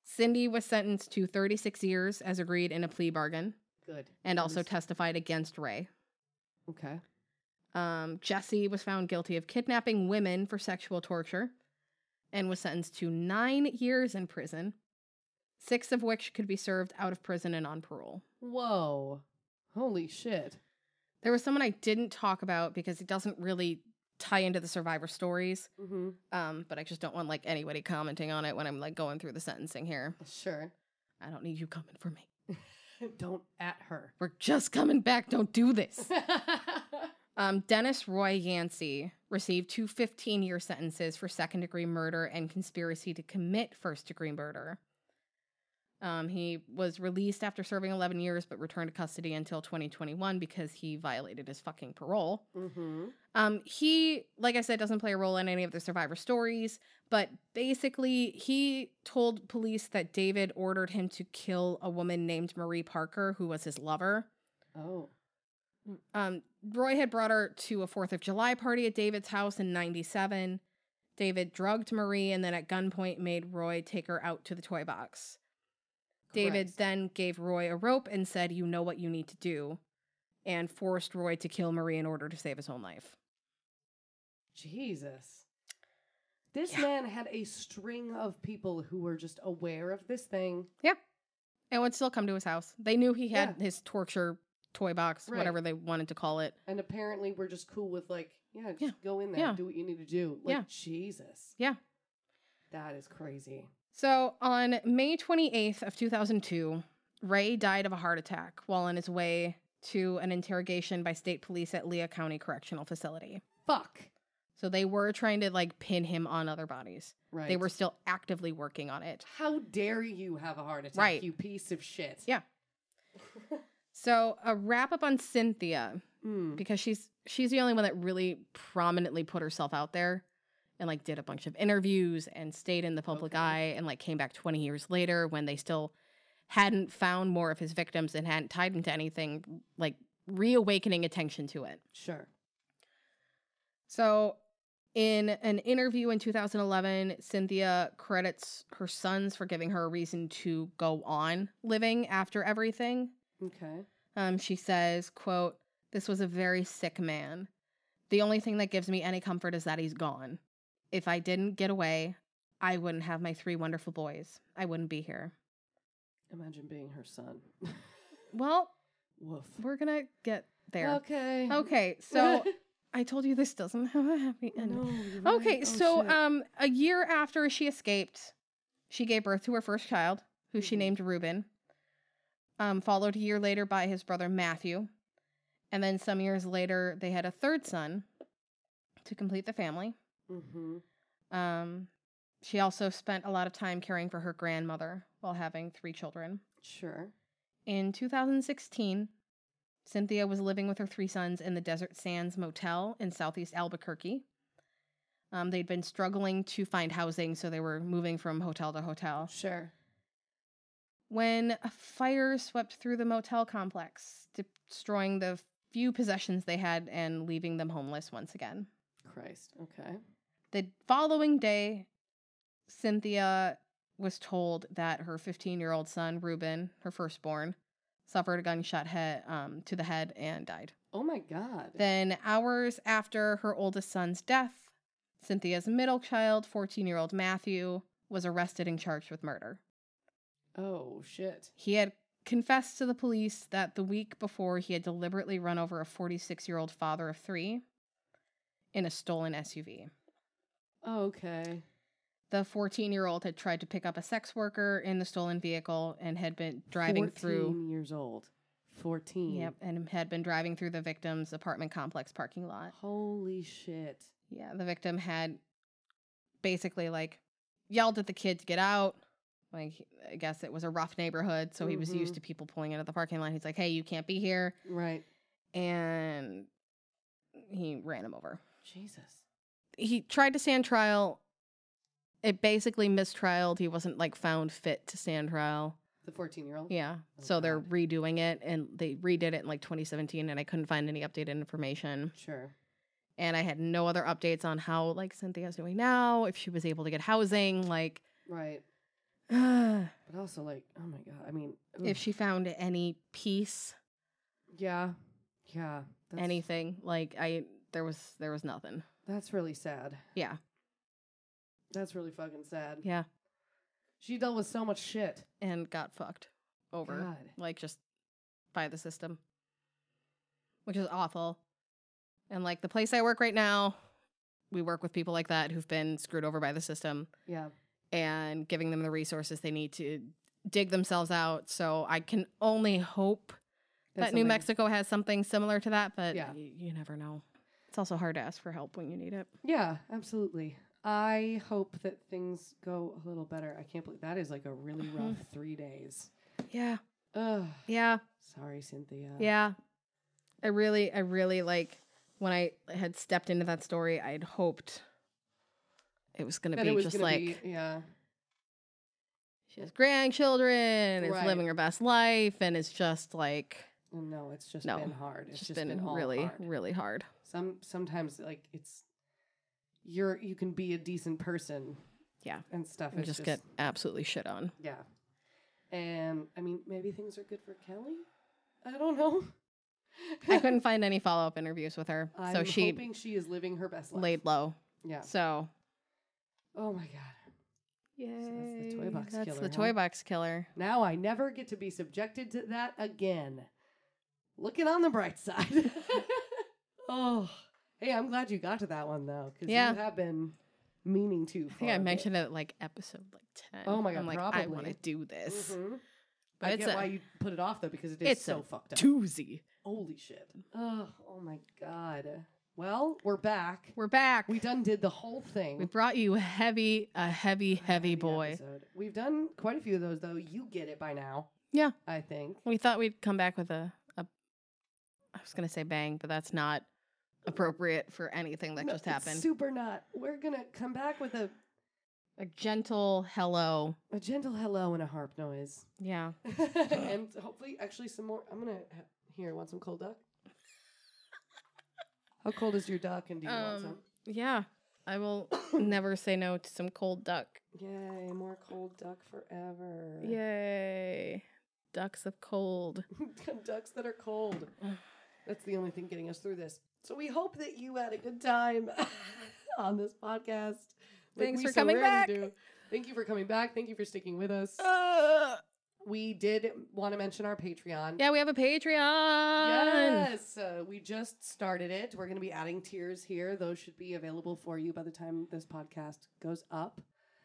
Cindy was sentenced to 36 years as agreed in a plea bargain Good. and also Nice. testified against Ray. Okay. Um, Jesse was found guilty of kidnapping women for sexual torture and was sentenced to nine years in prison, six of which could be served out of prison and on parole. Whoa. Holy shit. There was someone I didn't talk about because it doesn't really tie into the survivor stories, Mm-hmm. um, but I just don't want like anybody commenting on it when I'm like going through the sentencing here. Sure. I don't need you coming for me. Don't at [LAUGHS] her. We're just coming back. Don't do this. Um, Dennis Roy Yancey received two 15 year sentences for second degree murder and conspiracy to commit first degree murder. Um, he was released after serving 11 years, but returned to custody until 2021 because he violated his fucking parole. mm-hmm. Um, he, like I said, doesn't play a role in any of the survivor stories, but basically, he told police that David ordered him to kill a woman named Marie Parker, who was his lover. Oh. Um, Roy had brought her to a Fourth of July party at David's house in '97. David drugged Marie and then at gunpoint made Roy take her out to the toy box. David Christ. then gave Roy a rope and said, You know what you need to do, and forced Roy to kill Marie in order to save his own life. Jesus. This Yeah. man had a string of people who were just aware of this thing. And would still come to his house. They knew he had his torture toy box, Right. whatever they wanted to call it. And apparently we're just cool with like, yeah, just Yeah. go in there, Yeah. do what you need to do. Like Yeah. Jesus. Yeah. That is crazy. So on May 28th of 2002, Ray died of a heart attack while on his way to an interrogation by state police at Leah County Correctional Facility. Fuck. So they were trying to like pin him on other bodies. Right. They were still actively working on it. How dare you have a heart attack, Right. you piece of shit. Yeah. So a wrap up on Cynthia Mm. because she's she's the only one that really prominently put herself out there and like did a bunch of interviews and stayed in the public Okay. eye and like came back 20 years later when they still hadn't found more of his victims and hadn't tied him to anything like reawakening attention to it Sure. so in an interview in 2011 cynthia credits her sons for giving her a reason to go on living after everything Okay. um, she says, quote, this was a very sick man. The only thing that gives me any comfort is that he's gone. If I didn't get away, I wouldn't have my three wonderful boys. I wouldn't be here. Imagine being her son. [LAUGHS] Well, Woof. we're gonna get there. Okay. Okay, [LAUGHS] so I told you this doesn't have a happy ending. No, you're Okay, right. Oh, so shit. um a year after she escaped, she gave birth to her first child, who she Mhm. named Reuben. Um, followed a year later by his brother Matthew. And then some years later they had a third son to complete the family. Mhm. Um she also spent a lot of time caring for her grandmother while having three children. Sure. In 2016, Cynthia was living with her three sons in the Desert Sands Motel in southeast Albuquerque. Um, they'd been struggling to find housing, so they were moving from hotel to hotel. Sure. When a fire swept through the motel complex, destroying the few possessions they had and leaving them homeless once again. Christ. Okay. The following day, Cynthia was told that her 15 year old son, Reuben, her firstborn, suffered a gunshot head, um, to the head and died. Oh my god. Then, hours after her oldest son's death, Cynthia's middle child, 14 year old Matthew, was arrested and charged with murder. oh shit. He had confessed to the police that the week before he had deliberately run over a 46 year old father of three in a stolen SUV. Okay. The 14 year old had tried to pick up a sex worker in the stolen vehicle and had been driving 14 through. years old. 14. Yep, and had been driving through the victim's apartment complex parking lot. Holy shit. Yeah, the victim had basically like yelled at the kid to get out. Like, I guess it was a rough neighborhood, so he was Mhm. used to people pulling out of the parking lot. He's like, hey, you can't be here. Right. And he ran him over. Jesus. he tried to stand trial. It basically mistrialed. He wasn't like found fit to stand trial. The 14 year old? Yeah. Oh, so they're God. redoing it and they redid it in like 2017 and I couldn't find any updated information. Sure. And I had no other updates on how like Cynthia's doing now, if she was able to get housing, like [SIGHS] Right. But also, like, oh my god. I mean, oof. if she found any peace, Yeah. Yeah. That's, anything. Like I there was there was nothing. That's really sad. Yeah. That's really fucking sad. Yeah. She dealt with so much shit. And got fucked over. God. like just by the system, which is awful. And like the place I work right now, we work with people like that who've been screwed over by the system Yeah. and giving them the resources they need to dig themselves out. So I can only hope that, That's New something- Mexico has something similar to that, but Yeah. y- you never know. It's also hard to ask for help when you need it. Yeah, absolutely. I hope that things go a little better. I can't believe that is like a really Mhm. rough three days. Yeah. Ugh. Yeah. Sorry, Cynthia. Yeah. I really, I really like when I had stepped into that story, I'd hoped it was going to That it be was just gonna like be- yeah, she has grandchildren, is Right. living her best life, and it's just like, Well, no, it's just No, been hard. It's, it's just been, all really, hard. really hard. Some sometimes like it's you're you can be a decent person. Yeah. and stuff. And It's just get absolutely shit on. yeah. And I mean, maybe things are good for Kelly. I don't know. [LAUGHS] I couldn't find any follow up interviews with her. I'm so she hoping she is living her best life. laid low. Yeah. So, Oh my god. that's the toy Yay. box That's killer, the huh? toy box killer. Now I never get to be subjected to that again. Looking on the bright side. [LAUGHS] oh, hey, I'm glad you got to that one though, because Yeah. you have been meaning to. I think I mentioned it like episode like 10. Oh my God, I'm like, I want probably. to do this. But But Mm-hmm. I it's get a- why you put it off though, because it is it's so a fucked up. Doozy. Holy shit! Oh, oh my god. Well, we're back. We're back. We done did the whole thing. We brought you heavy, a heavy, heavy Heavy boy. episode. We've done quite a few of those though. You get it by now. Yeah. I think. We thought we'd come back with a, a, I was gonna say bang, but that's not appropriate for anything that No, just it's happened. Super not. We're gonna come back with a a gentle hello. a gentle hello and a harp noise. [LAUGHS] Yeah. and hopefully, actually, some more. I'm gonna ha- here. Want some cold duck? How cold is your duck? And do you want some? Um, yeah. [COUGHS] I will never say no to some cold duck. Yay! More cold duck forever. Yay. Ducks of cold. [LAUGHS] ducks that are cold. That's the only thing getting us through this. So we hope that you had a good time [LAUGHS] on this podcast. Thanks we for coming rarely back. Thank you for coming back. Thank you for sticking with us. Uh. Ugh. we did want to mention our Patreon. yeah, we have a Patreon. Yes, uh, we just started it. We're going to be adding tiers here. Those should be available for you by the time this podcast goes up.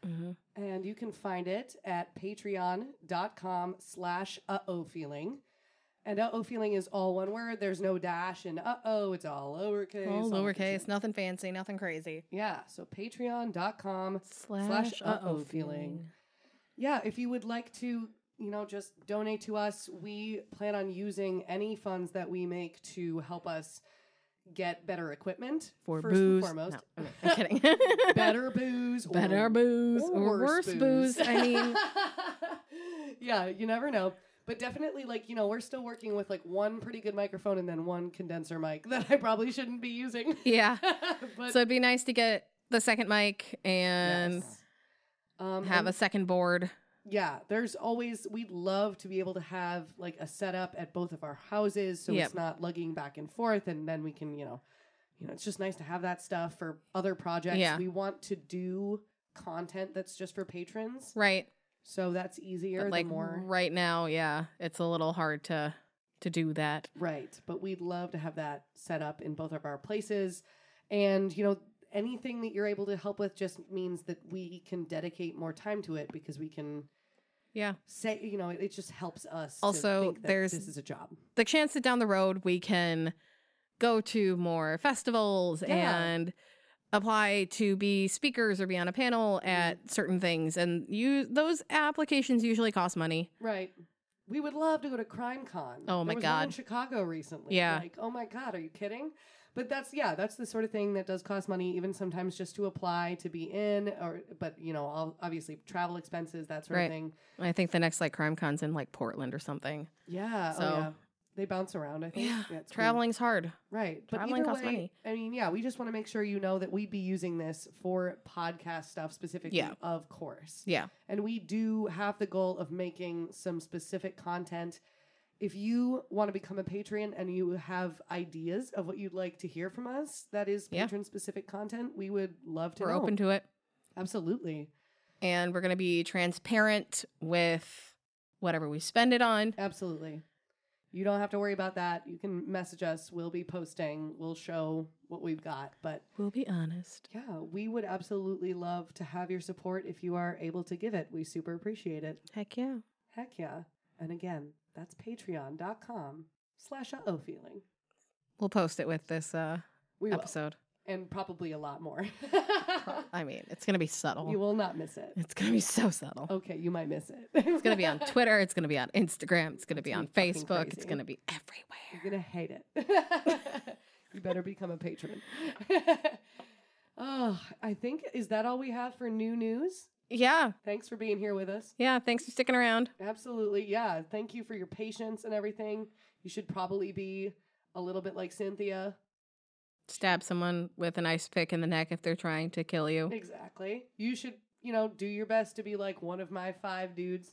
Mhm. And you can find it at patreon.com slash uh-oh feeling. And uh-oh feeling is all one word. There's no dash and uh-oh. It's all lowercase. All the lowercase, same. nothing fancy, nothing crazy. Yeah, so patreon.com. Slash, uh-oh feeling. Yeah, if you would like to, you know, just donate to us, we plan on using any funds that we make to help us get better equipment. for first and booze. foremost. No, I'm kidding. [LAUGHS] [LAUGHS] better, Better [LAUGHS] booze. or better booze or, worse booze. I mean, [LAUGHS] yeah, you never know. But definitely, like, you know, we're still working with like one pretty good microphone and then one condenser mic [LAUGHS] that I probably shouldn't be using. [LAUGHS] yeah. but So it'd be nice to get the second mic and yes. um, have and- a second board. Yeah, there's always, we'd love to be able to have like a setup at both of our houses so Yep. it's not lugging back and forth. And then we can, you know, you know, it's just nice to have that stuff for other projects. Yeah. We want to do content that's just for patrons. Right. So that's But, easier. like the more right now, yeah, it's a little hard to to do that. Right. But we'd love to have that set up in both of our places. And, you know, anything that you're able to help with just means that we can dedicate more time to it because we can Yeah. say, you know, it, it just helps us. to Also, think that there's- this is a job. The chance that down the road we can go to more festivals Yeah. and apply to be speakers or be on a panel Mm-hmm. at certain things and you those applications usually cost money. Right. We would love to go to Crime Con. There Oh, my was one in God. Chicago recently. Yeah. Like, oh my God, are you kidding? But that's yeah, that's the sort of thing that does cost money, even sometimes just to apply to be in, or but you know, all, obviously travel expenses, that sort Right. of thing. I think the next like crime con's in like Portland or something. Yeah. So- oh, yeah. They bounce around, I think. Yeah, it's cool. Traveling's hard. Right. But traveling either costs way, money. I mean, yeah, we just want to make sure you know that we'd be using this for podcast stuff specifically, Yeah. of course. Yeah. And we do have the goal of making some specific content. If you want to become a patron and you have ideas of what you'd like to hear from us, that is Yeah. patron specific content, we would love to We're know. open to it. Absolutely. And we're going to be transparent with whatever we spend it on. Absolutely. You don't have to worry about that. You can message us. We'll be posting. We'll show what we've got. But We'll be honest. yeah, we would absolutely love to have your support if you are able to give it. We super appreciate it. Heck yeah. Heck yeah. And again, that's patreon.com slash uh-oh feeling. We'll post it with this uh, We will. episode. And probably a lot [LAUGHS] more. I mean, it's gonna be subtle. you will Oh. not miss it. It's gonna be so subtle. Okay, you might miss it. It's It's [LAUGHS] gonna be on Twitter. It's gonna be on Instagram. It's gonna be gonna on be fucking Facebook. It's crazy. gonna be You're gonna everywhere. hate it. you better become a patron. oh, I think is that all we have for new news? Yeah, Thanks for being here with us. yeah. Thanks for sticking around. Absolutely, yeah. Thank you for your patience and everything. You should probably be a little bit like Cynthia. Stab someone with an ice pick in the neck if they're trying to kill you. Exactly. You should, you know, do your best to be like one of my five dudes.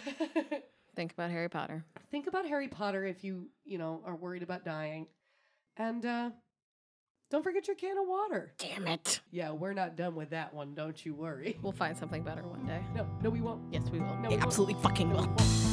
[LAUGHS] Think about Harry Potter. Think about Harry Potter if you, you know, are worried about dying. And uh don't forget your can of water. Damn it. Yeah, we're not done with that one. Don't you worry. [LAUGHS] We'll find something better one day. No, no, we won't. Yes, we will. No, we we won't. absolutely fucking No, we will. won't.